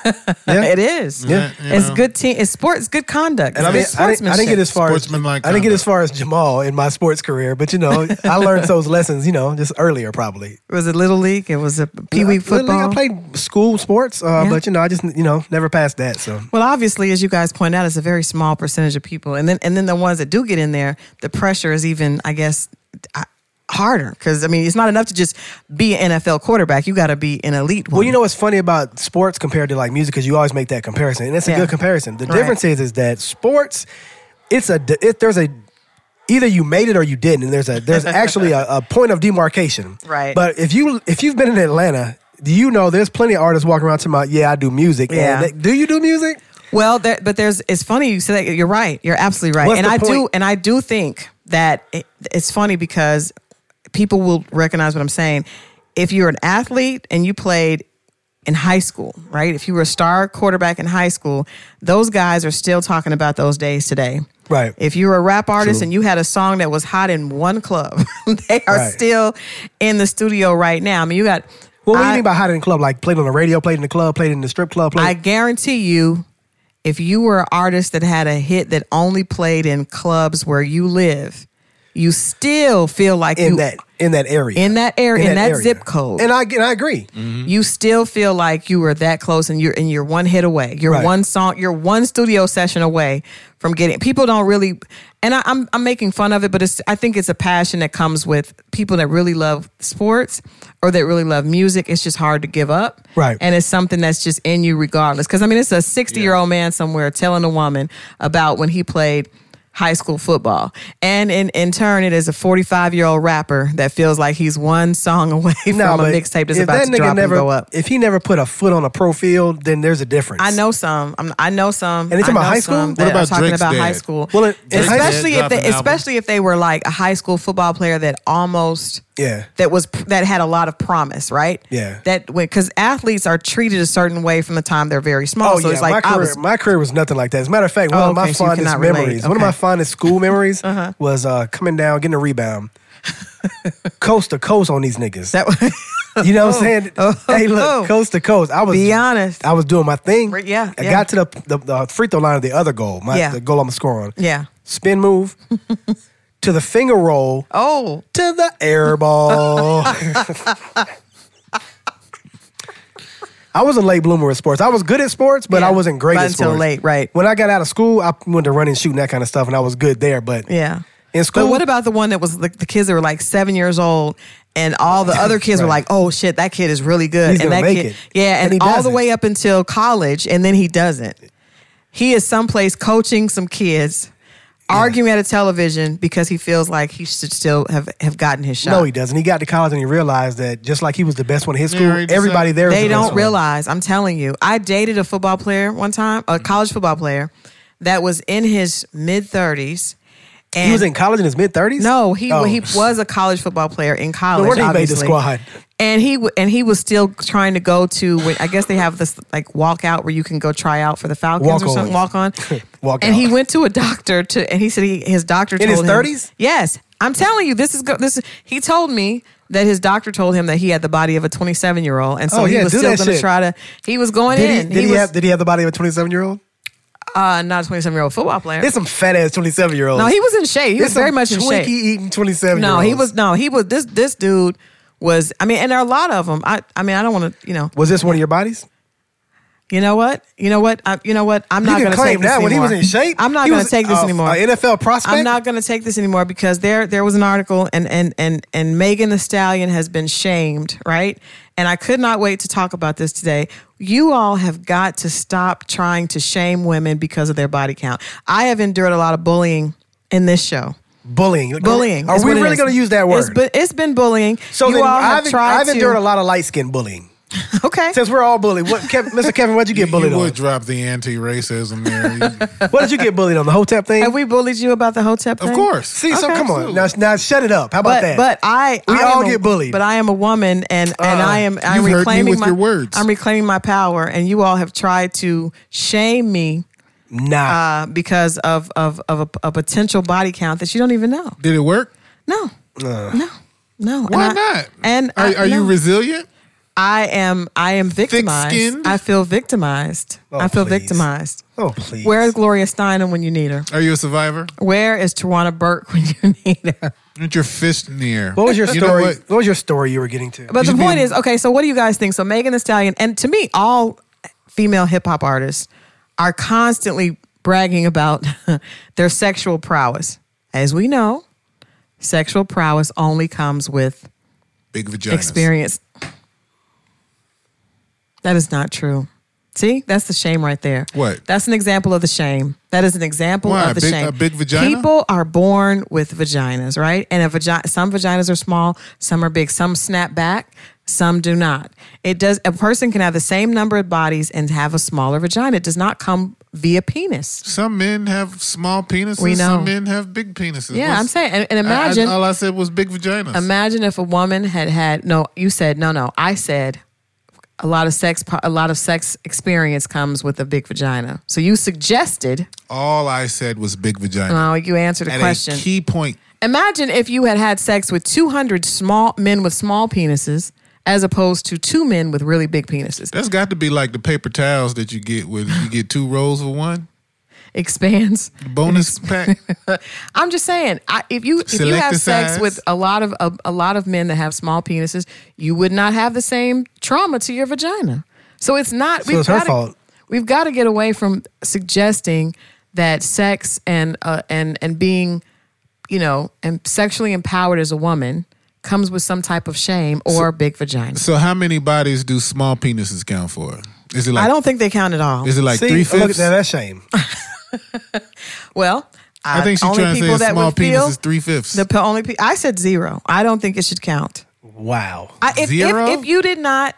Yeah.
it is.
Yeah.
You
It's
know?
good team. It's sports. Good conduct.
And I
It's
mean,
good
I didn't, I didn't get as
sportsmanship.
far as
Sportsmanlike
I didn't get
conduct.
as far as Jamal in my sports career, but you know, I learned those lessons, you know, just earlier probably.
It was a little league. It was a pee wee
I- literally,
football.
I played school sports, uh,
Yeah.
but you know, I just you know never passed that. So
Well, obviously, as you guys point out, it's a very small percentage of people, and then and then the ones that do get in there, the pressure is even, I guess, uh, harder because I mean, it's not enough to just be an NFL quarterback. You got to be an elite one.
Well, you know what's funny about sports compared to like music because you always make that comparison, and it's a
Yeah.
good comparison. The
Right.
difference is is that sports, it's a d- it, there's a either you made it or you didn't, and there's a there's actually a, a point of demarcation.
Right.
But if you if you've been in Atlanta, do you know there's plenty of artists walking around talking about yeah I do music. And
Yeah.
they- do you do music?
Well, there, but there's. It's funny you say that. You're right. You're absolutely right.
What's
and
the
I do.
point?
And I do think that it, it's funny because people will recognize what I'm saying. If you're an athlete and you played in high school, right? If you were a star quarterback in high school, those guys are still talking about those days today.
Right.
If you were a rap artist and you had a song that was hot in one club, they are
Right.
still in the studio right now. I mean, you got.
Well, what do you
I-
mean by hot in the club? Like played on the radio, played in the club, played in the strip club.
I
Played,
guarantee you, if you were an artist that had a hit that only played in clubs where you live, you still feel like
in
you
that in that area
in that area, in, that,
area.
zip code.
And I and I agree.
you still feel like you were that close, and you're and you're one hit away. You're
Right.
one song, you're one studio session away from getting. People don't really, and I, I'm I'm making fun of it, but it's I think it's a passion that comes with people that really love sports or that really love music. It's just hard to give up,
Right.
And it's something that's just in you regardless. Because I mean, it's a 60 year old man somewhere telling a woman about when he played. High school football, and in, in turn, it is a forty-five-year-old rapper that feels like he's one song away
No,
from a
but
mixtape that's
if
about
that
to
nigga
drop and
never-
go up.
If he never put a foot on a pro field, then there's a difference.
I know some. I'm, I know some.
they talking
I
about
know
high school?
some
What
that
about
are talking
Drake's
about high
dad?
school?
Well, it- in high-
especially
Drake's
if
dad dropped
they,
an album.
especially if they were like a high school football player that almost
Yeah.
that was that had a lot of promise, right?
Yeah.
That because athletes are treated a certain way from the time they're very small.
Oh
so
yeah,
it's like
my
I
career,
was
my career was nothing like that. As a matter of fact, one
Oh,
of my
okay, so you
fondest
cannot relate.
memories, one of my
Okay. Uh-huh.
fondest school memories, was uh, coming down, getting a rebound, coast to coast on these niggas.
that was
you know what I'm saying? hey, look,
oh.
coast to coast. I was
Be honest.
I was doing my thing.
Right, yeah,
I
yeah.
got to the, the the free throw line of the other goal, my
Yeah.
the goal I'm gonna score on.
yeah.
Spin move to the finger roll
Oh,
to the air ball. I was a late bloomer in sports. I was good at sports, but
Yeah.
I wasn't great
Not
at
until
sports.
late, right.
When I got out of school, I went to running, shooting, that kind of stuff, and I was good there. But
yeah.
in school,
But what about the one that was the, the kids that were like seven years old? And all the other kids were like,
Right.
"Oh shit, that kid is really good."
He's
and
gonna
that
make
kid,
it.
yeah, and,
And he
all the
doesn't.
way up until college, and then he doesn't. He is someplace coaching some kids, arguing at a television because he feels like he should still have have gotten his shot.
no, he doesn't. He got to college and he realized that just like he was the best one in his school,
Yeah, he decided-
everybody there was
They
the best
don't
one.
realize. I'm telling you, I dated a football player one time,
Mm-hmm.
a college football player that was in his mid 30s.
He was in college in his mid thirties.
No, he
Oh.
he was a college football player in college.
wonder he made the
obviously.
squad.
And he w- and he was still trying to go to. when- I guess they have this like walkout where you can go try out for the Falcons
Walk
or
on.
something. Walk on.
Walk
and
out.
he went to a doctor to, and he said he, his doctor
In
told
his
him
30s?
Yes, I'm telling you, this is go, this. Is, he told me. That his doctor told him that he had the body of a 27 year old, and so
Oh,
he
yeah,
was
do
still
that
going to
shit.
try to. He was going
Did he?
in.
Did he,
was
have? Did he have the body of a twenty seven year old?
uh, not a 27 year old football player.
There's some fat ass twenty seven year old.
no, he was in shape. He was very much in shape.
Twinkie eating twenty seven.
No, he was no, he was this this dude was I mean, and there are a lot of them. I I mean, I don't want to, you know.
Was this one of your bodies?
You know what? You know what? I, you know what? I'm not
you
going to
can claim
take this
that
anymore.
when he was in shape.
I'm not
he
going to
was uh,
take this
a-
anymore.
A NFL prospect.
I'm not going to take this anymore because there there was an article and and and and Megan the Stallion has been shamed, right? And I could not wait to talk about this today. You all have got to stop trying to shame women because of their body count. I have endured a lot of bullying in this show.
bullying.
Bullying.
Are
is
we
what it
really
is.
going to use that
It's
word?
been, it's been bullying.
so
you
then
all
I've,
have tried
I've
to.
endured a lot of light skin bullying.
Okay.
Since we're all bullied, what, Kev, Mr. Kevin, what'd you get bullied
You
on?
would drop the anti-racism there. You-
What did you get bullied on? The hotep thing?
Have we bullied you about the hotep thing?
of course.
See, so come on. Now, now shut it up. How
But
about that?
but I
We
I
all
am a-
get bullied. Uh,
But I am a woman and and I am I'm
You've hurt me
reclaiming
with
my
your words.
I'm reclaiming my power and you all have tried to shame me
Nah.
uh, because of of of a, a potential body count that you don't even know.
Did it work?
No, no, no.
Why
and I,
not?
And
are,
I-
are you
no.
resilient?
I am. I am victimized.
Thick-skinned?
I feel victimized.
Oh,
I feel
please.
victimized.
oh, please.
Where is Gloria Steinem when you need her?
Are you a survivor?
Where is Tawana Burke when you need her?
Aren't your fist in the air?
what was your
You
story?
know
what?
what?
was your story you were getting to?
But
You
the point
mean-
is, okay, so what do you guys think? So Megan the Stallion, and to me, all female hip hop artists are constantly bragging about their sexual prowess. As we know, sexual prowess only comes with
Big vaginas.
experience. That is not true. See, that's the shame right there.
What?
That's an example of the shame. That is an example
Why?
of the
Big-
shame.
a big vagina?
People are born with vaginas, right? And a vagina. Some vaginas are small. Some are big. Some snap back. Some do not. It does. A person can have the same number of bodies and have a smaller vagina. It does not come via penis.
Some men have small penises.
We know.
Some men have big penises.
Yeah,
What's-
I'm saying. And, and
I- I-
imagine.
all I said was big vaginas.
Imagine if a woman had had no. You said no, no. I said a lot of sex. po- A lot of sex experience comes with a big vagina. So you suggested.
all I said was big vagina.
No, you answered a
At
Uh, question.
a key point.
Imagine if you had had sex with two hundred small men with small penises, as opposed to two men with really big penises.
That's got to be like the paper towels that you get with you get two rolls for one
Expands.
bonus pack.
I'm just saying, I, if you if you
Select
have
the
sex
size.
with a lot of a, a lot of men that have small penises, you would not have the same trauma to your vagina. So it's not.
it's her
gotta,
fault.
We've got to get away from suggesting that sex and uh, and and being, you know, and sexually empowered as a woman comes with some type of shame or big vagina.
So how many bodies do small penises count for? Is it like
I don't think they count at all.
is it like
See,
three
look at
fifths?
that. That's shame.
well, I,
I think she's
only
trying to
people
say
that
a small
would feel
penis is three fifths.
the only pe- I said zero. I don't think it should count.
Wow.
I, if,
Zero?
If, if you did not,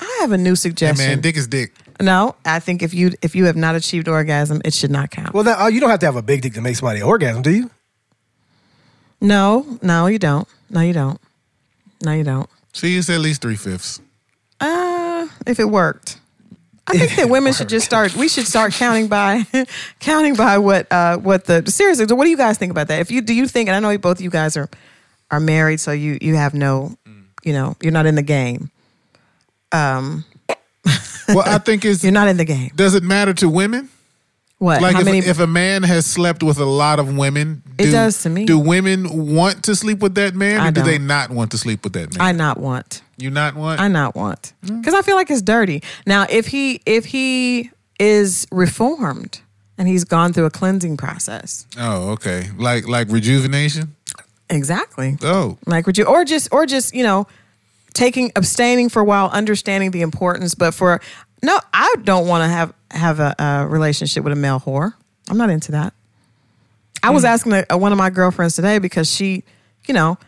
I have a new
Hey
suggestion.
man, dick is dick.
no, I think if you if you have not achieved orgasm, it should not count.
Well, that, oh, you don't have to have a big dick to make somebody orgasm, do you?
no, no, you don't. No, you don't. No, you don't.
See, it's at least three fifths.
Uh, if it worked. I think that women should just start. We should start counting by, counting by what uh, what the seriously. What do you guys think about that? If you do you think, and I know both of you guys are are married, so you you have no, you know, you're not in the game. Um,
Well, I think it's.
You're not in the game.
does it matter to women?
What?
Like
How
if,
many?
if a man has slept with a lot of women,
It does to me.
Do women want to sleep with that man,
I
or do they
don't.
not want to sleep with that man?
I not want.
you not want?
I not want because I feel like it's dirty. Now, if he if he is reformed and he's gone through a cleansing process,
oh, okay. Like like rejuvenation.
exactly.
Oh,
Like would you or just or just you know taking abstaining for a while, understanding the importance, but for no, I don't want to have have a, a relationship with a male whore. I'm not into that. I
Hmm.
was asking a, one of my girlfriends today because she, you know,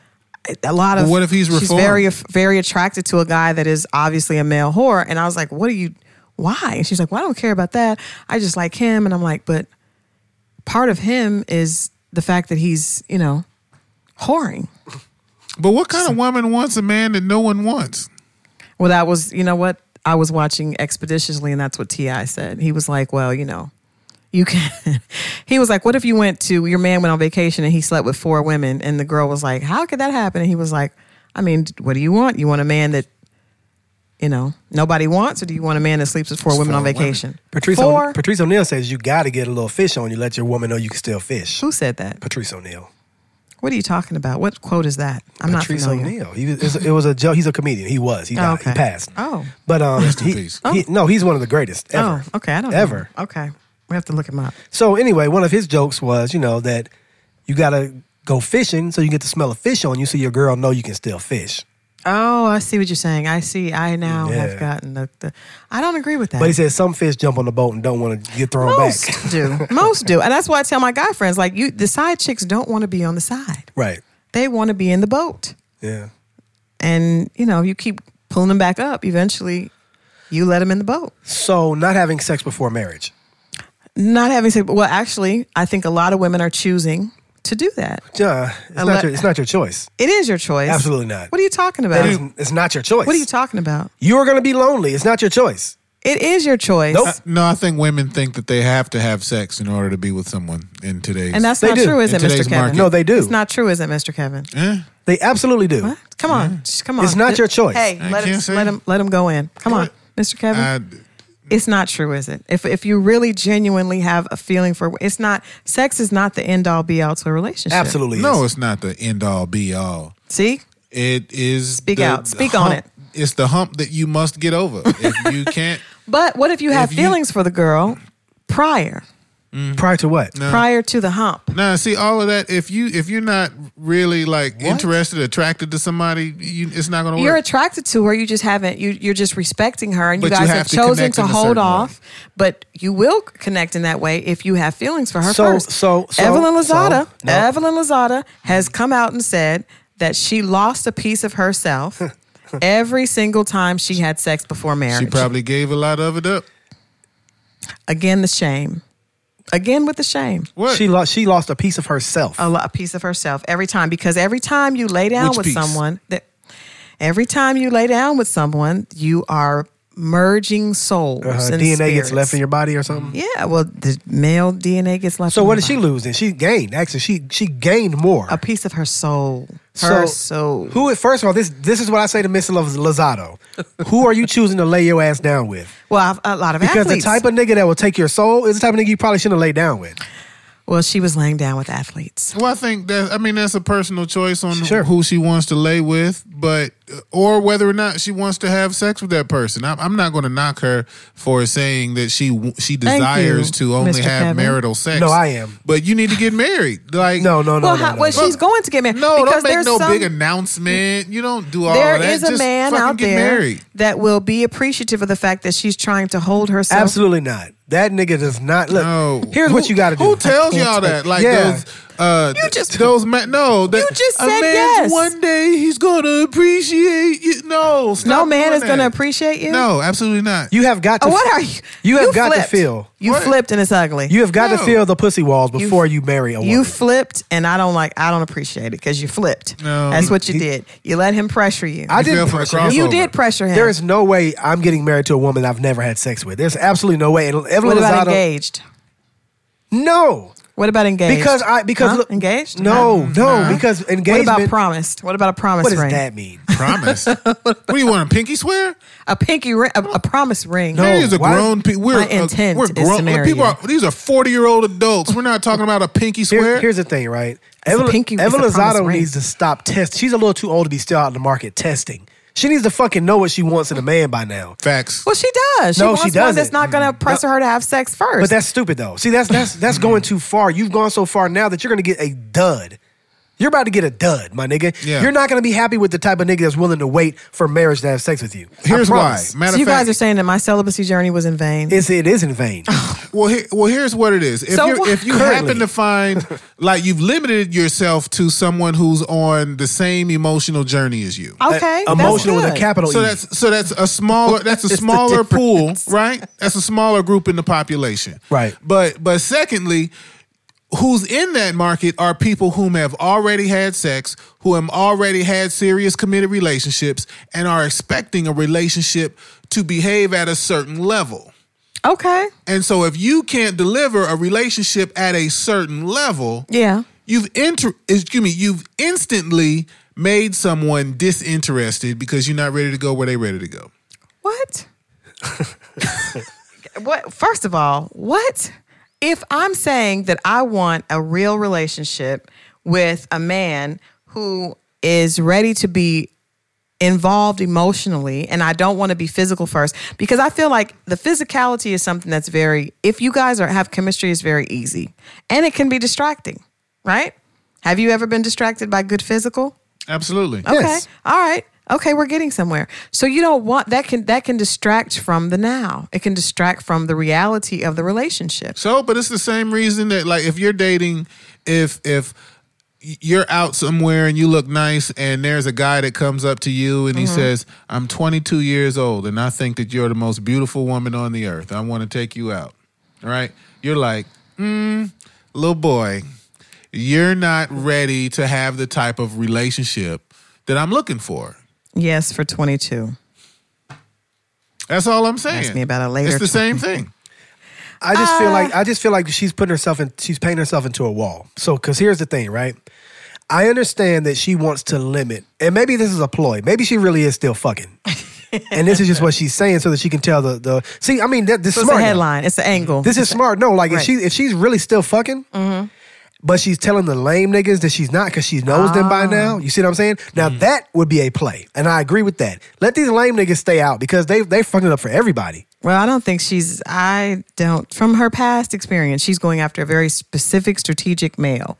a lot of
But what if he's
she's
reformed?
very very attracted to a guy that is obviously a male whore, and I was like, what are you? Why? And she's like, well, I don't care about that. I just like him, and I'm like, but part of him is the fact that he's you know whoring.
but what kind of woman wants a man that no one wants?
Well, that was, you know what? I was watching expeditiously, and that's what T.I. said. He was like, well, you know, you can. he was like, what if you went to, your man went on vacation and he slept with four women, and the girl was like, how could that happen? And he was like, I mean, what do you want? You want a man that, you know, nobody wants, or do you want a man that sleeps with four women on
four women.
vacation?
Patrice,
Four?
o- Patrice O'Neill says you got to get a little fish on you. Let your woman know you can still fish.
Who said that?
Patrice O'Neill.
What are you talking about? What quote is that? I'm
Patrice
not familiar.
O'Neill. He was, it was a joke. He's a comedian. He was. He died.
okay.
He passed.
Oh.
But um,
in
he,
peace.
he- no, he's one of the greatest ever.
Oh, okay. I don't know.
ever.
Okay. We have to look him up.
So anyway, one of his jokes was, you know, that you got to go fishing so you get the smell of fish on you, so your girl know you can still fish.
Oh, I see what you're saying. I see. I now have
Yeah.
gotten the, the. I don't agree with that.
But he says some fish jump on the boat and don't want to get thrown
Most
back.
do. Most do. And that's why I tell my guy friends, like you the side chicks don't want to be on the side.
Right.
They want to be in the boat.
Yeah.
And, you know, you keep pulling them back up, eventually you let them in the boat.
So not having sex before marriage.
Not having said well, actually, I think a lot of women are choosing to do that.
Yeah, it's,
Unle-
not your, it's not your choice.
It is your choice.
Absolutely not.
What are you talking
That
about?
is, it's not your choice.
What are you talking about?
You are going to be lonely. It's not your choice.
It is your choice.
Nope.
No, I think women think that they have to have sex in order to be with someone in today's.
And that's
They
not
do.
true, is
In
it, Mr.
today's
Kevin?
market.
No, they do.
It's not true, is it, Mr. Kevin?
Eh?
They absolutely do.
What? Come on. Shh, Come on.
It's not
Th-
your choice.
Hey,
I
let him,
can't say. Uh,
let him let him go in. Come on,
What?
Mr. Kevin.
I,
it's not true, is it? If if you really genuinely have a feeling for it's not sex is not the end all be all to a relationship.
Absolutely.
no,
is.
it's not the end all be all.
See?
It is.
Speak
the
out. Speak on
hump-
it.
It's the hump that you must get over. If you can't,
But what if you have
If you-
feelings for the girl prior
prior to what?
prior to the hump?
nah, see all of that. If you if you're not really like interested, attracted to somebody, you, it's not gonna
You're
work.
attracted to her, you just haven't you you're just respecting her and you
But you
guys
have
have
to
chosen
connect
to
in a
hold
certain way.
off, but you will connect in that way if you have feelings for her
So-
first.
so- so-
Evelyn
so,
Lozada,
no.
Evelyn Lozada has come out and said that she lost a piece of herself every single time she had sex before marriage.
she probably gave a lot of it up.
Again, the shame. Again, with the shame.
What?
She lost. She lost a piece of herself.
A, lo- a piece of herself every time because every time you lay down
Which
with
piece?
someone, that every time you lay down with someone, you are merging souls.
Uh,
and
DNA
spirits.
gets left in your body or something.
Yeah, well, the male DNA gets left.
So
in
what
your
did she
body.
lose? And she gained. Actually, she she gained more.
A piece of her soul. Her soul.
Who? First of all, this this is what I say to Mrs. Loz- Lozado. who are you choosing to lay your ass down with?
Well, I've, a lot of
Because
athletes.
the type of nigga that will take your soul is the type of nigga you probably shouldn't lay down with.
well, she was laying down with athletes.
Well, I think that I mean that's a personal choice on
Sure.
who she wants to lay with, but or whether or not she wants to have sex with that person. I'm, I'm not going to knock her for saying that she w- she
Thank
desires
you,
to only
Mr.
have
Kevin.
marital sex.
No, I am.
But you need to get married. Like
No, no, no,
well,
no,
how-
no,
well
no.
she's going to get married.
No,
because
don't make
there's
no
some,
big announcement. You don't do all
There
of that.
is a
Just
man
fucking
out
get
there
married.
that will be appreciative of the fact that she's trying to hold herself.
Absolutely not. That nigga does not look.
No.
Here's what
Who-
you got to do.
Who tells
I can't
y'all
take-
that? Like
Yeah.
those. Uh,
You just-
those men. No, that,
just
a
said
man's
yes.
One day he's gonna appreciate you. No, stop
No man
doing
is going to
that.
appreciate you.
No, absolutely not.
you have got to.
Oh, what are you?
You have got
flipped.
to feel.
You
What?
flipped and it's ugly.
You have got to
No.
feel the pussy walls before you, marry a woman.
You flipped, and I don't like. I don't appreciate it because you flipped.
No.
That's what you
He-
did. You let him pressure you.
I
fell
didn't
for a
pressure him.
crossover.
you did pressure him.
There is no way I'm getting married to a woman I've never had sex with. There's absolutely no way. And Evelyn
what about
Lozado-
engaged?
No,
What about engaged?
because I because
Huh?
look-
engaged.
No, no, because
What
engagement.
about promised? What about a promise
what does
ring?
that mean?
promise. what do you want? A pinky swear?
A pinky ring, a, a promise ring.
No.
These are
why-
grown people. We're,
My intent
we're
is to marry
people
you.
are, these are forty year old adults. We're not talking about a pinky
Here-
swear.
here's the thing, right?
It's a
Evelyn,
pinky- it's a
Evelyn
promise
Lozado
ring.
needs to stop test. She's a little too old to be still out in the market testing. She needs to fucking know what she wants in a man by now.
Facts.
Well, she does. She
No,
wants
she
one that's
doesn't.
not going to pressure her to have sex first.
But that's stupid though. See, that's that's that's going too far. You've gone so far now that you're gonna get a dud. You're about to get a dud, my nigga.
Yeah.
You're not gonna be happy with the type of nigga that's willing to wait for marriage to have sex with you. I
Here's why.
promise.
Matter
so you
of fact,
guys are saying that my celibacy journey was in vain.
It's it is in vain.
Well, here, well, here's what it is. If,
So
you're,
what-
if you
Currently.
happen to find, like, you've limited yourself to someone who's on the same emotional journey as
Oh,
you.
okay, that's
uh, Emotional with a
good.
capital
So
E.
that's so that's a smaller that's a
the
smaller pool,
difference?
right? That's a smaller group in the population.
Right.
But but secondly, who's in that market are people whom have already had sex, who have already had serious committed relationships and are expecting a relationship to behave at a certain level.
Okay,
And so if you can't deliver a relationship at a certain level,
yeah.
you've inter- excuse me, you've instantly made someone disinterested because you're not ready to go where they ready to go.
What? what? First of all, what? If I'm saying that I want a real relationship with a man who is ready to be involved emotionally and I don't want to be physical first because I feel like the physicality is something that's very if you guys are have chemistry is very easy and it can be distracting, right? Have you ever been distracted by good physical?
Absolutely.
Okay.
Yes.
All right. Okay, we're getting somewhere. So you don't want that can that can distract from the now. It can distract from the reality of the relationship.
So, but it's the same reason that like if you're dating, if if you're out somewhere and you look nice and there's a guy that comes up to you and he
Mm-hmm.
says, "I'm 22 years old and I think that you're the most beautiful woman on the earth. I want to take you out." All right? You're like, "Mm, little boy, you're not ready to have the type of relationship that I'm looking for."
Yes, for 22.
That's all I'm saying.
Ask me about it later,
It's the same
Charlie.
thing.
I just
Uh.
feel like I just feel like she's putting herself in she's painting herself into a wall. So cuz here's the thing, right? I understand that she wants to limit. And maybe this is a ploy. Maybe she really is still fucking. and this is just what she's saying so that she can tell the the See, I mean that this
So it's
smart.
a
now.
headline. It's an angle.
This is smart. No, like if
Right. Mm-hmm.
she if she's really still fucking, but she's telling the lame niggas that she's not because she knows them
Ah.
by now. You see what I'm saying? Now
Mm-hmm.
that would be a play, and I agree with that. Let these lame niggas stay out because they they fucking up for everybody.
Well, I don't think she's. I don't. From her past experience, she's going after a very specific strategic male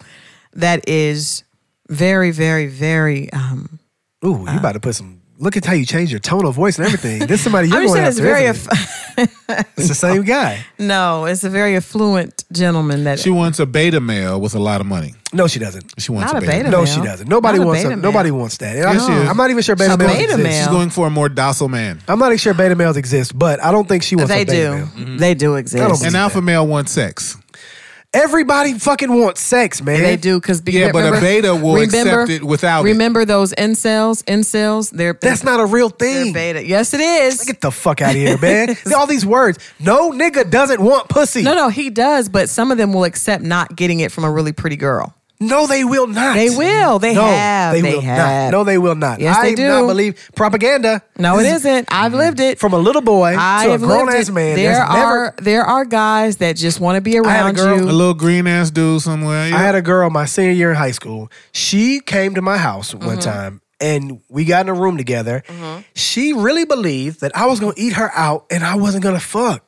that is very, very, very. Um,
Ooh, you about to put some. Look at how you change your tone of voice and everything. This somebody you're
I'm just
going
saying it's very.
after. isn't it?
Aff-
it's the same guy.
no, it's a very affluent gentleman that.
She wants a beta male with a lot of money.
No, she doesn't.
She wants
Not
a
a
beta.
beta
male.
No,
male.
she doesn't. Nobody
Not a
wants.
beta
that.
male.
Nobody wants that. And
Yes, she
I,
is.
am not even sure beta
A
males
beta
exist.
male.
She's going for a more docile man.
I'm not even sure beta males exist, but I don't think she wants.
They
a beta
do.
male.
They do
I don't
exist.
believe
An alpha male wants sex.
Everybody fucking wants sex, man.
They do because
Yeah, but a beta will accept it without it.
Remember those incels? Incels? They're
That's not a real thing.
they're beta. Yes, it is.
Get the fuck out of here, man. See All these words. No nigga doesn't want pussy.
No, no, he does, but some of them will accept not getting it from a really pretty girl.
No, they will not.
They will. They
no,
have.
They,
They
will
have.
not. No, they will not.
Yes,
I
they
do
do.
not believe propaganda.
No, it
This is Mm.
isn't. I've lived it.
From a little boy
I
to a
have lived
grown ass
it.
man.
There
that's
are
Never,
there are guys that just want to be
had a
around
girl-
A
you.
little green ass dude somewhere.
I had a girl my senior year in high school. She came to my house
Mm-hmm.
one time and we got in a room together. She really believed that I was going to eat her out and I wasn't going to fuck.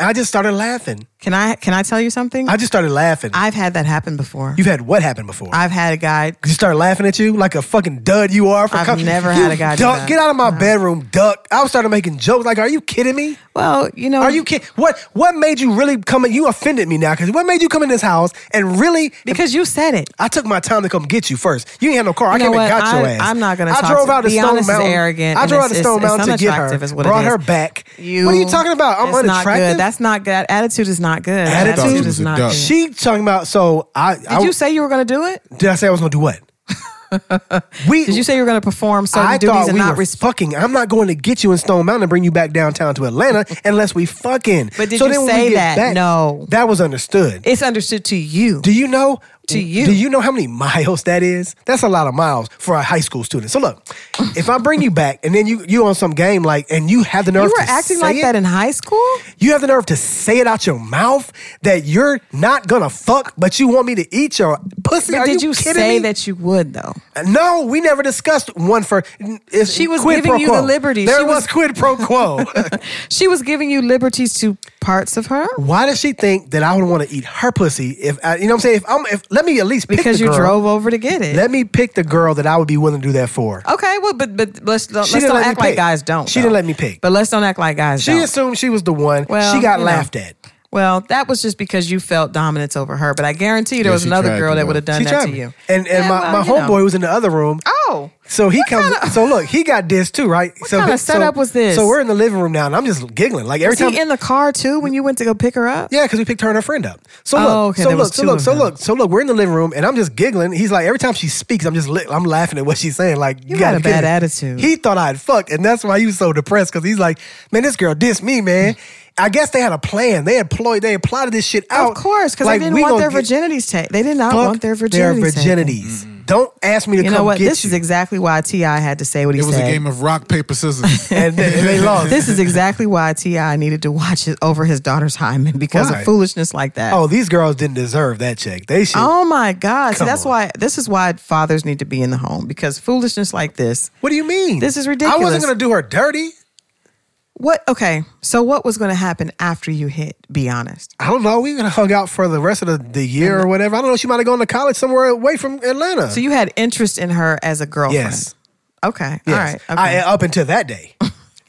I just started laughing.
Can I can I tell you something?
I just started laughing.
I've had that happen before.
You've had what happen before?
I've had a guy
You start laughing at you like a fucking dud you are. For
I've
coming-
never
You
had a guy do
duck,
that.
Get out of my bedroom, duck. I was starting making jokes like, "Are you kidding me?
Well, you know
Are you kidding? What What made you really come? in? You offended me now because what made you come in this house and really?
because you said it.
I took my time to come get you first. You ain't had no car. I
You know
came and
what?
got your
I-
ass.
I'm not gonna
I
talk
drove
to-
out to
be
Stone
honest is
Mountain.
arrogant
I
and
drove out
it's-
to Stone
it's- it's
Mountain to get her.
unattractive is what it
brought her
is.
back. what are you talking about? I'm
it's not good.
unattractive.
That's not good. Attitude is not good.
Attitude
Attitude
is
is
a
not
duck.
good.
she talking about. So I did
Did you say you were going to do it?
Did I say I was gonna do what? we
Did you say you were going to perform certain
I
duties
thought
and
we
not
were
respect?
fucking. I'm not going to get you in Stone Mountain and bring you back downtown to Atlanta unless we fucking.
But did
so
you
then when
say
we get
that?
Back,
No.
that was understood.
It's understood to you.
do you know?
To you.
Do you know how many miles that is? That's a lot of miles for a high school student. So look, if I bring you back and then you you on some game like and you have the nerve
You were
to
acting
say
like
it,
that in high school.
you have the nerve to say it out your mouth that you're not gonna fuck, but you want me to eat your pussy.
But
Are
did
you,
you,
kidding
say
me?
that you would though?
No, we never discussed one for. it's
She was
quid
giving
pro
you
quo.
the liberty.
There
She
was,
was-
quid pro quo.
She was giving you liberties to parts of her
Why does she think that I would want to eat her pussy? If I, you know what I'm saying? If I'm, if let me at least pick
because
the
you
girl.
drove over to get it. Oh,
Let me pick the girl that I would be willing to do that for.
okay, well, but but let's let's
didn't
don't
let me
act like
pick.
guys don't.
She
though.
didn't let me pick.
But let's don't act like guys
She
don't.
assumed she was the one.
Well,
she got
you know.
laughed at.
well, that was just because you felt dominance over her. But I guarantee you, there
Yeah,
was
she
another
tried
girl
to,
that
though.
would have done
she
that
tried
to
me.
you.
And and
Yeah,
my,
well,
my
you know.
homeboy was in the other room.
Oh,
So he
What
comes.
kinda-
so look, he got dissed too, right? What so
kinda
he- so-
setup was this?
So we're in the living room now, and I'm just giggling. Like every
was
time
he in the car too when you went to go pick her up?
Yeah, because we picked her and her friend up. So
Oh,
look,
okay,
so
there
look,
was
so
two
look,
of
so
them.
look, so look. We're in the living room, and I'm just giggling. He's like, every time she speaks, I'm just, li- I'm laughing at what she's saying. Like, you,
You got
gotta
a
get
bad
it.
attitude.
He thought I'd fucked, and that's why he was so depressed. Because he's like, man, this girl dissed me, man. I guess they had a plan. They had ployed. They had plotted this shit out.
Of course, because
Like,
they didn't
we
want
gonna
their
get-
virginities taken. They did not
fuck
want their virginities.
Their
taken.
virginities. Don't ask me to
You
come
know what?
get
This
you.
is exactly why Ti had to say what he
it was
said.
a game of rock paper scissors.
and they, and they lost.
this is exactly why Ti needed to watch it over his daughter's hymen because
Why?
of foolishness like that.
oh, these girls didn't deserve that check. They should.
Oh my God! So
Come
that's
on.
why this is why fathers need to be in the home because foolishness like this.
what do you mean?
This is
I wasn't
ridiculous.
gonna do her dirty.
What? Okay. So what was going to happen after you hit? Be honest.
I don't know. We could have hung out for the rest of the, the year or whatever. I don't know. She might have gone to college somewhere away from Atlanta.
So you had interest in her as a girlfriend.
Yes.
Okay. All right.
Yes.
Okay.
I, uh, up until that day.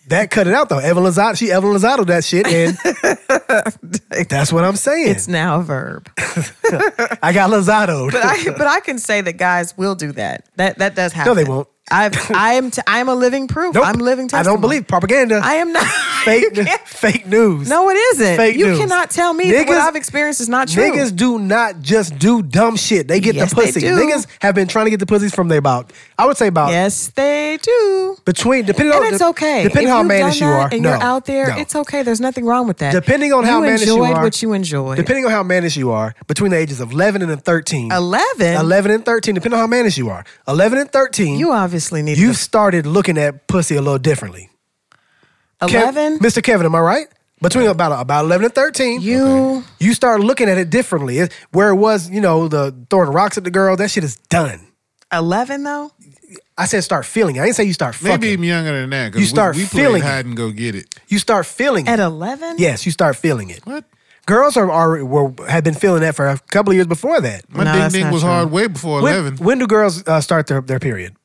that cut it out though. Evan Lozado, she Evan Lozado that shit, and that's what I'm saying.
it's now a verb.
I got Lozado.
But I but I can say that guys will do that. That that does happen.
they won't.
I've, I am t- I am a living proof.
Nope.
I'm living
I
testimony.
don't believe propaganda.
I am not
fake
You can't-
fake news.
No, it isn't.
Fake
you
news.
cannot tell me that what
Niggas-
I've experienced is not true.
Niggas do not just do dumb shit. They get
Yes,
the
they
pussy.
do.
Niggas have been trying to get the pussies from they about. I would say about
yes, they do.
between depending on
and it's okay.
depending
If
how
you've
mannish
done
you
that
are.
And
no,
you're out there,
no.
it's okay. There's nothing wrong with that.
Depending on how mannish you
enjoyed
are.
what you enjoyed.
Depending on how mannish you are, between the ages of 11 and 13.
11,
11 and 13, depending on how mannish you are. 11 and 13,
you obviously need
you've started looking at pussy a little differently. Kev-
11.
Mr. Kevin, am I right? Between about about 11 and 13,
You
you start looking at it differently. It, where it was, you know, the throwing rocks at the girl, that shit is done.
11 though?
I said start feeling it. I didn't say you start fucking.
Maybe even younger than that. 'cause
You start
we, we
feeling
played
it.
hide and go get it.
You start feeling
At
it.
11?
Yes, you start feeling it.
What?
Girls are, are were, have been feeling that for a couple of years before that.
My
No, that's
ding ding
not
was
true.
hard way before
When,
eleven.
when do girls uh, start their, their period?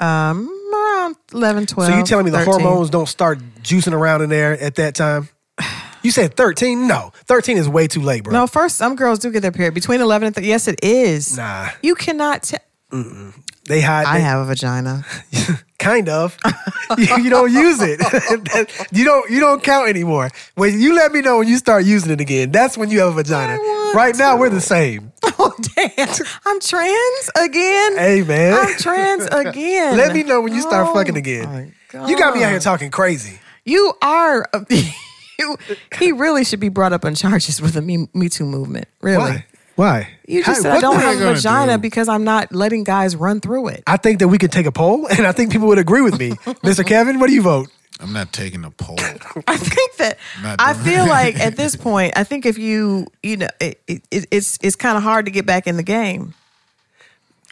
Um, around 11, 12.
so you telling me the
13.
hormones don't start juicing around in there at that time? You said 13? No. 13 is way too late, bro.
No, first, some girls do get their period between 11 and 13. Yes, it is.
Nah.
You cannot tell.
They hide.
I
they-
have a vagina.
kind of. you, you don't use it. That- you don't. You don't count anymore. When you let me know when you start using it again, that's when you have a vagina.
want
Right now, we're the same.
Oh, damn. I'm trans again?
Hey, man.
I'm trans again.
Let me know when you start
Oh,
fucking
my
again. You got me out
God.
here talking crazy.
You are. a- you, he really should be brought up on charges with the Me, me Too movement. Really.
Why? Why?
You just
How-
said I
what
don't
the
have
heck?
a
gonna
vagina
do?
because I'm not letting guys run through it.
I think that we could take a poll, and I think people would agree with me. Mr. Kevin, what do you vote?
I'm not taking a poll.
I think that
Not
I
doing
feel
it.
like at this point, I think if you you know it, it, it's it's kind of hard to get back in the game.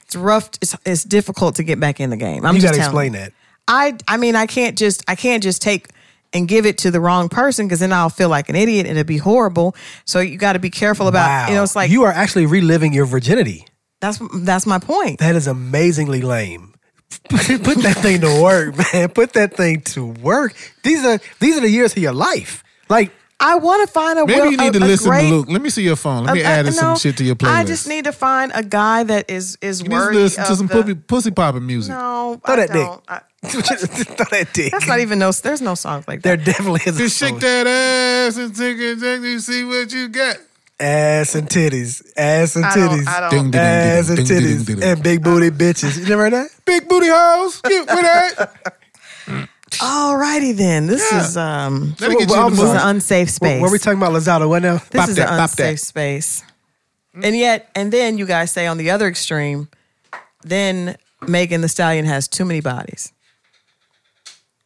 It's rough. It's it's difficult to get back in the game. I'm
You
just
gotta
telling
explain
you.
that.
I I mean I can't just I can't just take and give it to the wrong person because then I'll feel like an idiot and it'd be horrible. So you got to be careful about you know it's like
you are actually reliving your virginity.
that's that's my point.
That is amazingly lame. Put that thing to work, man. Put that thing to work. These are these are the years of your life. Like
I want to find a
Maybe
well-
you need
a-
to
a
listen
great-
to Luke. Let me see your phone. Let me
a-
add
a-
in some
no,
shit to your playlist.
I just need to find a guy that is is
You need to
worthy
listen to
of
some
the-
puppy, pussy popping music.
No,
Throw
I
that dick.
don't. I-
throw that dick.
that's not even no. There's no songs like
There
that.
definitely is a
Just shake
song.
that ass and take it, take it, see what you got.
ass and titties, ass and
I don't-
titties,
I don't-
Ding, ding, ding,
ass
ding,
and
ding, ding,
titties,
ding.
and big booty bitches. You never heard that?
Big booty hoes, get with that.
Alrighty then. This
Yeah.
is um.
Let me get
Well,
you
I'm
the
This is
sorry.
an
song.
unsafe space.
What, what are we talking about, Lazada? What now?
This
Pop
is
that,
an
pop that.
unsafe space. And yet, and then you guys say on the other extreme, then Megan the Stallion has too many bodies.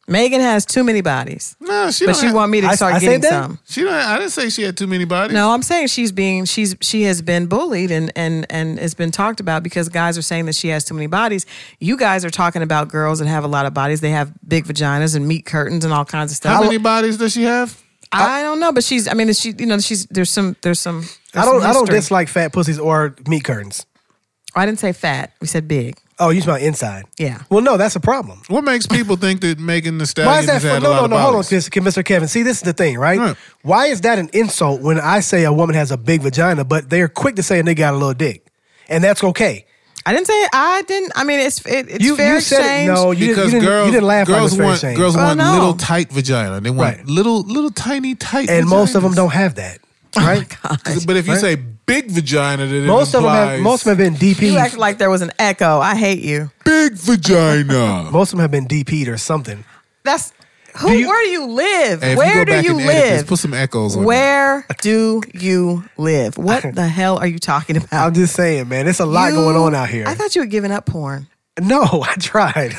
Megan has too many bodies,
No, she
but
don't
she
have-
want me
I-
to start
I said
getting
that?
some.
She don't. I didn't say she had too many bodies.
No, I'm saying she's being she's she has been bullied and and and it's been talked about because guys are saying that she has too many bodies. You guys are talking about girls that have a lot of bodies. They have big vaginas and meat curtains and all kinds of
How
stuff.
many bodies does she have?
I, don't know, but she's I mean she you know she's there's some there's some
I
there's
don't.
some
I don't
history. Oh,
dislike fat pussies or meat curtains.
I didn't say fat. We said big.
Oh, you smell inside.
Yeah.
Well, no, that's a problem.
What makes people think that Megan the Stallion
Why is that?
has
For,
had a
no,
lot
no,
of
no. Hold on,
bodies?
Mr. Mr. Kevin. See, this is the thing, right?
Right.
Why is that an insult when I say a woman has a big vagina, but they're quick to say they got a little dick, and that's okay.
I didn't say I didn't. I mean it's it, it's fair exchange.
no, Oh, you, didn't-
because
you didn't,
girls,
you didn't laugh
girls
like
want
it's fair exchange.
girls
Well,
want
no.
little tight vagina. They want
Right.
little little tiny tight.
and most of them
vaginas.
don't have that.
right?
But if you
Right.
say big vagina, then it
Most of them have.
implies
Most of them have been
You
DP.
act like there was an echo. I hate you.
big vagina.
Most of them have been DP'd or something.
That's who.
Do you-
where do you live?
Hey, if
where
you go
do
back
you
and
live?
edit this, put some echoes on
Where do you live? What the hell are you talking about?
I'm just saying, man. It's a lot
You-
going on out here.
I thought you had given up porn.
no, I tried.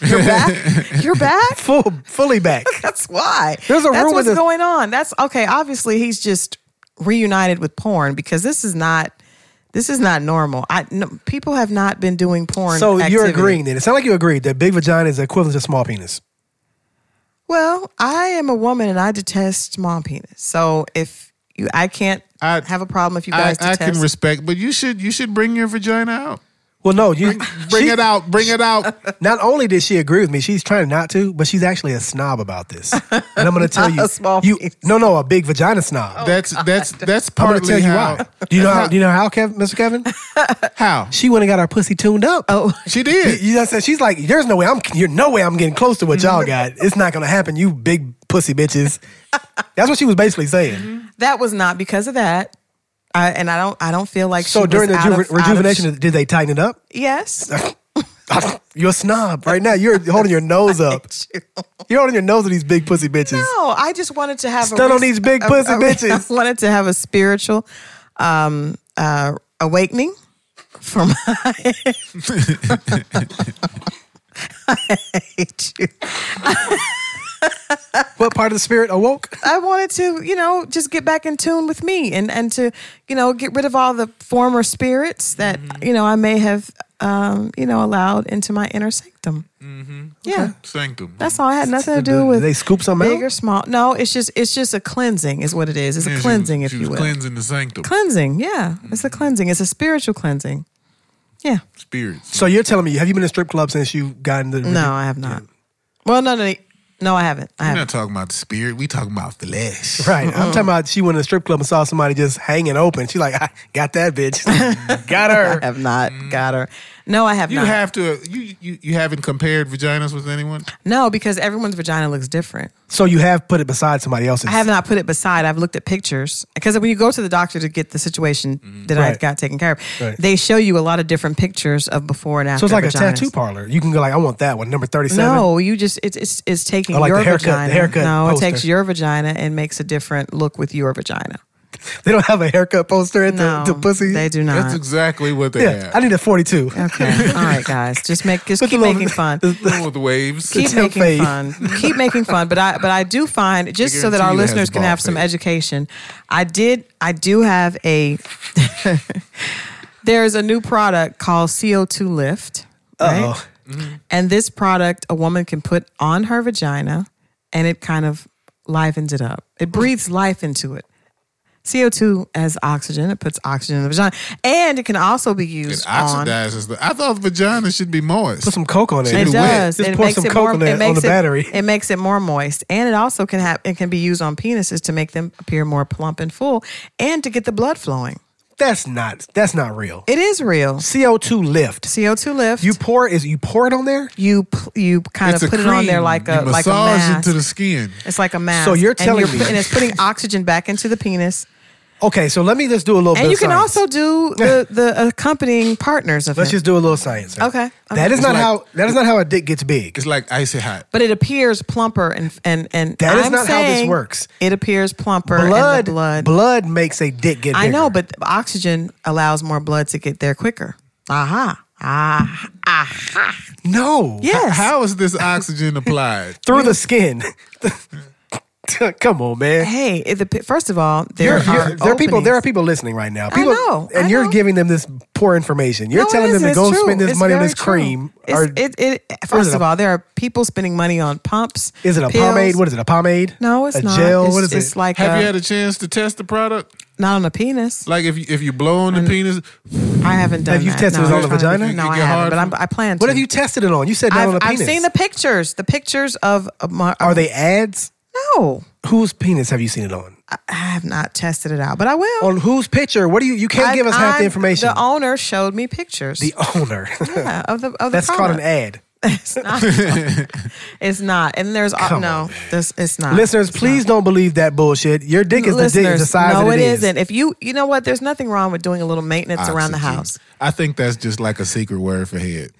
You're back. You're back.
Full, fully back.
That's why.
There's a
That's
room
what's
with a-
going on. That's okay. Obviously, he's just reunited with porn because this is not. This is not normal. I no, people have not been doing porn.
So you're
activity.
agreeing then? It sounds like you agreed that big vagina is equivalent to small penis.
Well, I am a woman and I detest small penis. So if you, I can't
I-
have a problem if you
I,
guys
I
detest.
can respect, but you should you should bring your vagina out.
Well, no, you
Bring
she-
it out. Bring it out.
Not only did she agree with me, she's trying not to, but she's actually a snob about this. And I'm going to tell you,
a small Oh.
you
piece.
no, no, a big vagina snob.
that's that's that's
I'm
partly
going to tell you
how.
why. Do you know how? Do you know how, Kev, Mr. Kevin?
How
She went and got her pussy tuned up.
Oh,
she did.
You know what I'm saying? She's like, there's no way I'm you're no way I'm getting close to what y'all got. It's not gonna happen, you big pussy bitches. That's what she was basically saying.
that was not because of that. I, and I don't, I don't feel like she
So
was
during the
out of-
reju-
out of-
rejuvenation, did they tighten it up?
yes.
You're a snob right now. You're holding your nose up. You're holding your nose to these big pussy bitches.
No, I just wanted to have
Stun
a
on these big pussy
a- a-
bitches.
I wanted to have a spiritual um, uh, awakening from. I hate you.
What part of the spirit awoke?
I wanted to, you know, just get back in tune with me and and to, you know, get rid of all the former spirits that
Mm-hmm.
you know I may have, um, you know, allowed into my inner sanctum.
Mm-hmm.
Yeah,
Sanctum.
that's all. I had nothing to do
Did
with
they scoop something
big or
out?
small. No, it's just it's just a cleansing, is what it is. It's
Yeah,
a
she
cleansing,
was-
if
she was
you will.
Cleansing the sanctum.
cleansing. Yeah, it's a
Mm-hmm.
cleansing. It's a spiritual cleansing. Yeah.
Spirits.
So you're telling me, have you been in a strip club since you got in the?
No, I have not. Well, no, no, no, I haven't. I
We're
haven't.
not talking about the spirit. We talking about flesh.
Right. I'm talking about she went to a strip club and saw somebody just hanging open. She like, I got that bitch. got Mm. her.
I have not got her. No, I have
You
not.
have to. You, you you haven't compared vaginas with anyone.
no, because everyone's vagina looks different.
So you have put it beside somebody else's.
I have not put it beside. I've looked at pictures because when you go to the doctor to get the situation that I
Mm-hmm. Right.
got taken care of,
Right.
they show you a lot of different pictures of before and after.
So it's like
vaginas.
a tattoo parlor. You can go like, I want that one, number thirty-seven.
No, you just it's it's, it's taking
Oh, like
your
the haircut- the
vagina.
haircut
no,
poster.
it takes your vagina and makes a different look with your vagina.
They don't have a haircut poster at
No,
the, the pussy.
They do not.
That's exactly what they
Yeah, I
have.
need a forty-two.
Okay. All right, guys. Just make just
Put the
keep
little-
making fun.
Going with waves.
Keep
tail
making
fade.
fun. Keep making fun. But I but I do find just so that
guarantee
our
you it has
listeners
a
can
ball
have some
fade.
education. I did I do have a there's a new product called CO2 Lift. Right?
Uh-oh.
And this product a woman can put on her vagina and it kind of livens it up. It breathes life into it. CO2 has oxygen. It puts oxygen in the vagina. And it can also be
It
used on
oxidizes. The, I thought vagina should be moist.
Put some coke on it.
It
It
wet.
does.
Just
it
pour
makes
some
it
coke
more.
on the-
it makes
on the
it,
battery.
It makes it more moist, and it also can have. It can be used on penises to make them appear more plump and full, and to get the blood flowing.
That's not. That's not real.
It is real.
CO two lift.
CO two lift.
You pour is you pour it on there.
you pl- you kind
it's
of
a
put
cream.
it on there like a
you
like a
massage
mask.
into the skin.
it's like a mask.
So you're telling
and
me-
put- and it's putting oxygen back into the penis.
Okay, so let me just do a little. bit
And you
of
can
science.
also do the, the accompanying partners of
let's
it.
just do a little science. here.
Okay,
That
okay.
is not
like-
how. That is not how a dick gets big.
It's like icy hot.
but it appears plumper and and and
That is
I'm
not how this
saying
works.
It appears plumper. and the
Blood,
blood,
blood makes a dick get.
I
bigger.
know, but oxygen allows more blood to get there quicker. Aha. Ah.
no.
Yes.
How is this oxygen applied?
through the skin. Come on, man.
Hey, it, the, first of all, there
You're-
are
you're- there are people. There are
openings.
people listening right now. People,
know,
and
I
you're
know.
giving them this poor information. You're
No, it
telling them
isn't.
to
It's
go
true.
spend this
It's
money on
very
this
true.
cream.
It's-
or,
it, it, first
it
of
a-
all, there are people spending money on pumps.
is it a
pills.
pomade? What is it? A pomade?
No, it's
a
not.
Gel?
It's,
what is
it's
it?
like
Have
a,
you had a chance to test the product?
not on a penis.
Like if you, if you blow on the penis,
I haven't done
Have you
that.
tested
no,
it on
I'm
the
trying to-
vagina?
No, I
Get hard
haven't, but I'm,
from-
I plan to.
what have you tested it on? You said not
I've,
on a
I've
penis.
seen the pictures. The pictures of of my,
Are they ads?
No,
Whose penis have you seen it on?
I I have not tested it out, but I will.
On whose picture? What do you? You can't
I-
give us half
I'm-
the information.
The owner showed me pictures.
The owner.
Yeah, of the of the
That's called an
product.
ad.
It's not. it's not. And there's uh,
Come
no.
on,
This it's not.
Listeners, please don't believe that bullshit. Your dick is the dick is the size
no,
that
it
it is.
isn't. If you you know what, there's nothing wrong with doing a little maintenance around the
oxygen.
house.
I think that's just like a secret word for head.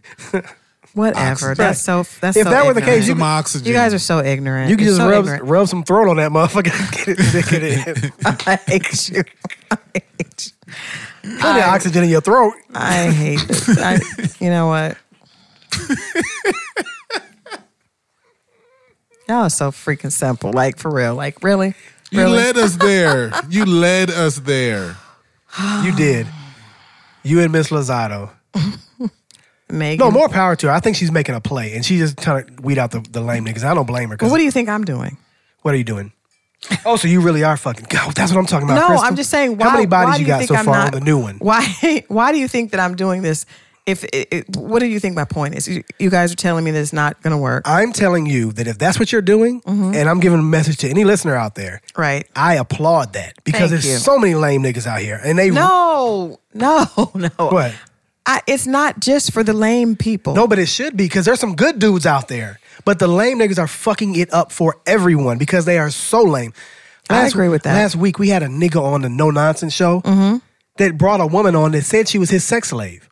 Whatever.
Oxygen.
That's so. That's
If
so
that were the
ignorant.
case, you
Some
could-
oxygen.
You guys are so ignorant.
You can
You're
just
so
rub,
ignorant.
rub some throat on that motherfucker. and Get it, dick it in.
I hate you. I hate you.
Plenty of oxygen in your throat.
I hate this. I, you know what? Y'all are so freaking simple. Like for real. Like really.
You
really?
led us there. You led us there.
You did. You and Miss Lozado.
Megan.
No, more power to her. I think she's making a play, and she's just trying to weed out the, the lame niggas. I don't blame her. 'cause-
Well, what do you think I'm doing?
what are you doing? Oh, so you really are fucking. God, that's what I'm talking about.
No,
Crystal.
I'm just saying. Why,
How many
why
bodies
do
you got
think
so
I'm
far
not-
on the new one?
Why? Why do you think that I'm doing this if it, it- what do you think my point is? You, you guys are telling me that it's not going to work,
I'm telling you that if that's what you're doing,
Mm-hmm.
and I'm giving a message to any listener out there,
right?
I applaud that
Thank
because there's
you.
so many lame niggas out here, and they
No, no, no.
What?
I, it's not just for the lame people.
No, but it should be because there's some good dudes out there. But the lame niggas are fucking it up for everyone because they are so lame.
I agree with that. Mm-hmm.
Last week we had a nigga on the No Nonsense show that brought a woman on that said she was his sex slave.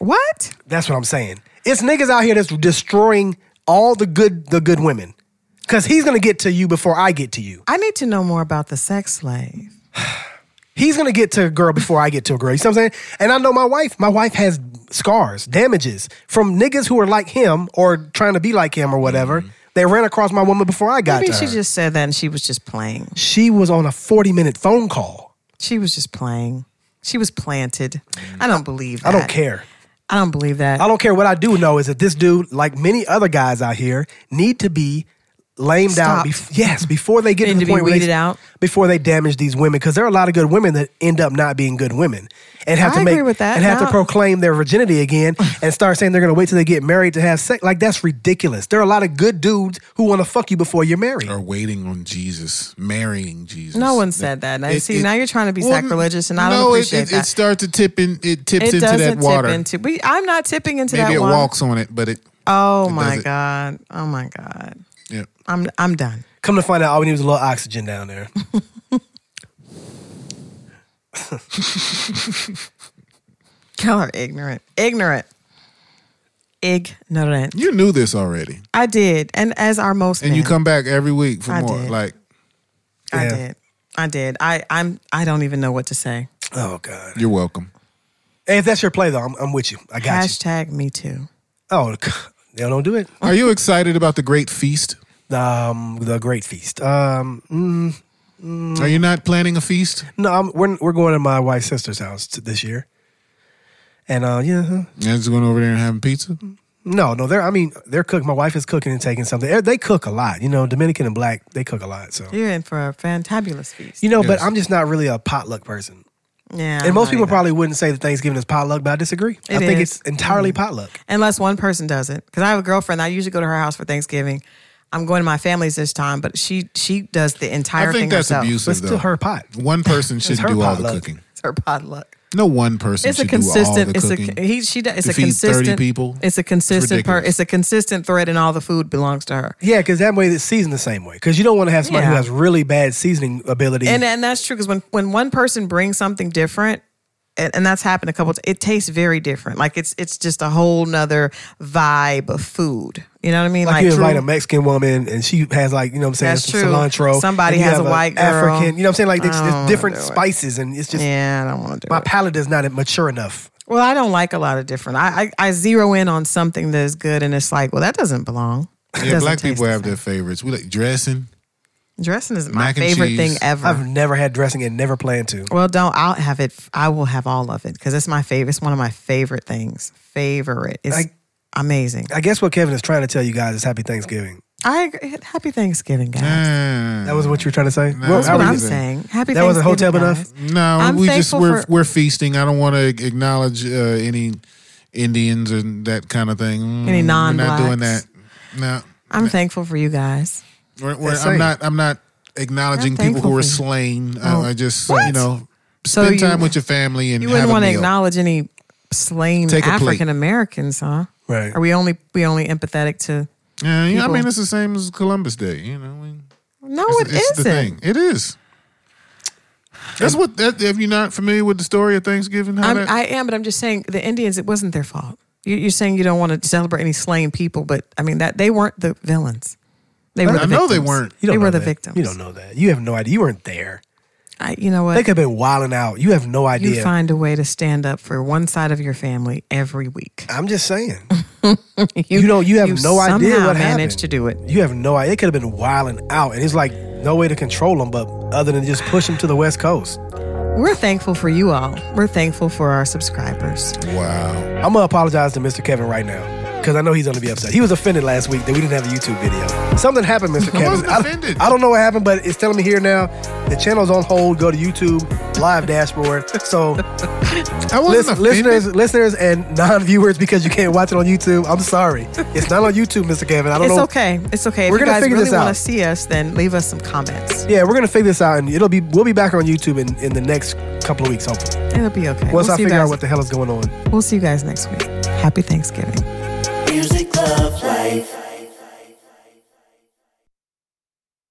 What?
That's what I'm saying. It's niggas out here that's destroying all the good the good women. Cause he's gonna get to you before I get to you.
I need to know more about the sex slave.
He's gonna get to a girl before I get to a girl. You see what I'm saying? And I know my wife. My wife has scars, damages from niggas who are like him or trying to be like him or whatever. They ran across my woman before I got
Maybe
to
she
her.
just said that and she was just playing.
she was on a 40 minute phone call.
She was just playing. She was planted. I don't believe
I
that.
don't care.
I don't believe that.
I don't care what I do know is that this dude, like many other guys out here, need to be lamed out.
Stopped.
bef- yes, before they get
Need
to the
to be
point where
weeded
they,
out.
before they damage these women, because there are a lot of good women that end up not being good women and have
I
to make
agree with that.
and have to
Now-
proclaim their virginity again and start saying they're going to wait till they get married to have sex. Like that's ridiculous. There are a lot of good dudes who want to fuck you before you're married.
Or waiting on Jesus, marrying Jesus.
No one said that. Now, see, now you're trying to be sacrilegious, and I don't
no, it-
appreciate
it,
that.
It starts to tip in. It tips
it
into
doesn't
that water.
tip into. We, I'm not tipping into
Maybe
that
it
water.
walks on it, but it.
Oh
It
my
doesn't.
god. Oh my god.
Yeah.
I'm I'm done.
Come to find out, all we need was a little oxygen down there.
Y'all are ignorant. Ignorant. Ignorant.
You knew this already,
I did, and as are most
and
men.
you come back every week for
I
more.
did.
Like
I
Yeah.
did. I did. I I'm I don't even know what to say.
Oh God!
you're welcome.
Hey, if that's your play though, I'm, I'm with you. I got you.
Hashtag me too.
Oh, they don't do it.
Mm.
Are you excited about the great feast?
um, the Great Feast. Um, mm,
Are
Mm.
you not planning a feast?
no, I'm, we're we're going to my wife's sister's house t- this year, and uh, yeah, huh.
Yeah, just going over there and having pizza.
no, no, they're I mean they're cooking. My wife is cooking and taking something. They- They cook a lot, you know, Dominican and black. They cook a lot, so
You're in for a fantabulous feast.
you know.
Yes.
But I'm just not really a potluck person,
yeah. I'm
and most
not
people
either.
probably wouldn't say that Thanksgiving is potluck, but I disagree. I
It
think
is. Mm.
it's entirely potluck.
unless one person does it. Because I have a girlfriend. I usually go to her house for Thanksgiving. I'm going to my family's this time, but she she does the entire
I think
thing
that's
herself.
But
abusive.
it's
Though
still her pot.
one person should
her
do all the
potluck.
cooking.
It's her potluck.
No one person
It's a
should do all
consistent.
the
It's a
cooking.
he. She does. It's
To
a
feed 30
consistent.
people?
It's a
It's
consistent. per,
ridiculous.
it's a consistent thread, and all the food belongs to her.
Yeah, because that way it's seasoned the same way. Because you don't want to have somebody who
Yeah.
has really bad seasoning ability.
And and that's true because when when one person brings something different. And and that's happened a couple. times. It tastes very different. Like it's it's just a whole nother vibe of food. You know what I mean?
Like, you
true-
invite a Mexican woman and she has like you know what I'm saying
That's
some
true.
cilantro.
Somebody
and you
has
have
a white girl.
African. You know what I'm saying like
I
it's,
don't wanna
it's different
do it.
spices and it's just
yeah, I don't want to do
my
it.
palate is not mature enough.
Well, I don't like a lot of different. I I, I zero in on something that is good, and it's like, well, that doesn't belong.
yeah,
It doesn't
black
taste
people
the
have
same.
their favorites. We like dressing.
dressing is my
mac and
favorite
cheese.
thing ever.
I've never had dressing and never planned to.
well, don't. I'll have it. I will have all of it because it's my favorite. It's one of my favorite things. Favorite. It's
I-
amazing.
I guess what Kevin is trying to tell you guys is Happy Thanksgiving.
I agree. Happy Thanksgiving, guys.
Eh.
That was what you were trying to say. Well,
That's
how
what
were
I'm
you-
then?
saying. Happy
That wasn't
Thanksgiving,
hotel enough?
guys.
No,
I'm
we just
thankful
we're
for-
we're feasting. I don't want to acknowledge uh, any Indians and that kind of thing. Mm,
Any
We're not doing
non-blacks.
that. No,
I'm thankful for you guys.
we're, we're,
That's
I'm
right.
not. I'm not acknowledging people
thankful
who were
for you.
slain.
Oh.
I, I just
What?
you know
So
spend
you-
time with your family and
You
have
wouldn't
a
want to
meal.
acknowledge any slain
Take a plate.
African Americans, huh?
Right.
Are we only we only empathetic to?
Yeah, yeah, I
people.
mean it's the same as Columbus Day. You know, we,
No,
it's,
it
it's
isn't.
the thing. It is. That's what. That, if you're not familiar with the story of Thanksgiving, how
I'm,
that,
I am, but I'm just saying the Indians. It wasn't their fault. You, you're saying you don't want to celebrate any slain people, but I mean that they weren't the villains. They were. The
I know they
victims.
weren't.
You don't
They
know
were the
that.
victims.
You don't know that. You have no idea. You weren't there.
I, you know what?
They could have been wilding out. You have no
you
idea.
find a way to stand up for one side of your family every week.
I'm just saying. You don't- you have no
somehow
idea what
managed
happened.
to do it.
You have no idea. It could have been wilding out, and it's like no way to control them, but other than just push them to the west coast.
We're thankful for you all. We're thankful for our subscribers.
wow.
I'm gonna apologize to Mr. Kevin right now. because I know he's going to be upset. He was offended last week that we didn't have a YouTube video. Something happened, Mr. Kevin.
wasn't
I-
offended.
I, don't know what happened, but it's telling me here now the channel's on hold. Go to YouTube live dashboard. So
I wasn't
lis-
offended.
listeners, listeners, and non-viewers, because you can't watch it on YouTube. I'm sorry, it's not on YouTube, Mr. Kevin. I don't
It's
know.
okay. It's okay.
We're
if you
gonna
guys
figure
really
this out.
want to see us, then leave us some comments.
Yeah, we're gonna figure this out, and it'll be we'll be back on YouTube in, in the next couple of weeks, hopefully.
It'll be okay.
Once
we'll
I
see you
figure
guys,
out what the hell is going on.
We'll see you guys next week. Happy Thanksgiving.
Music, love, life.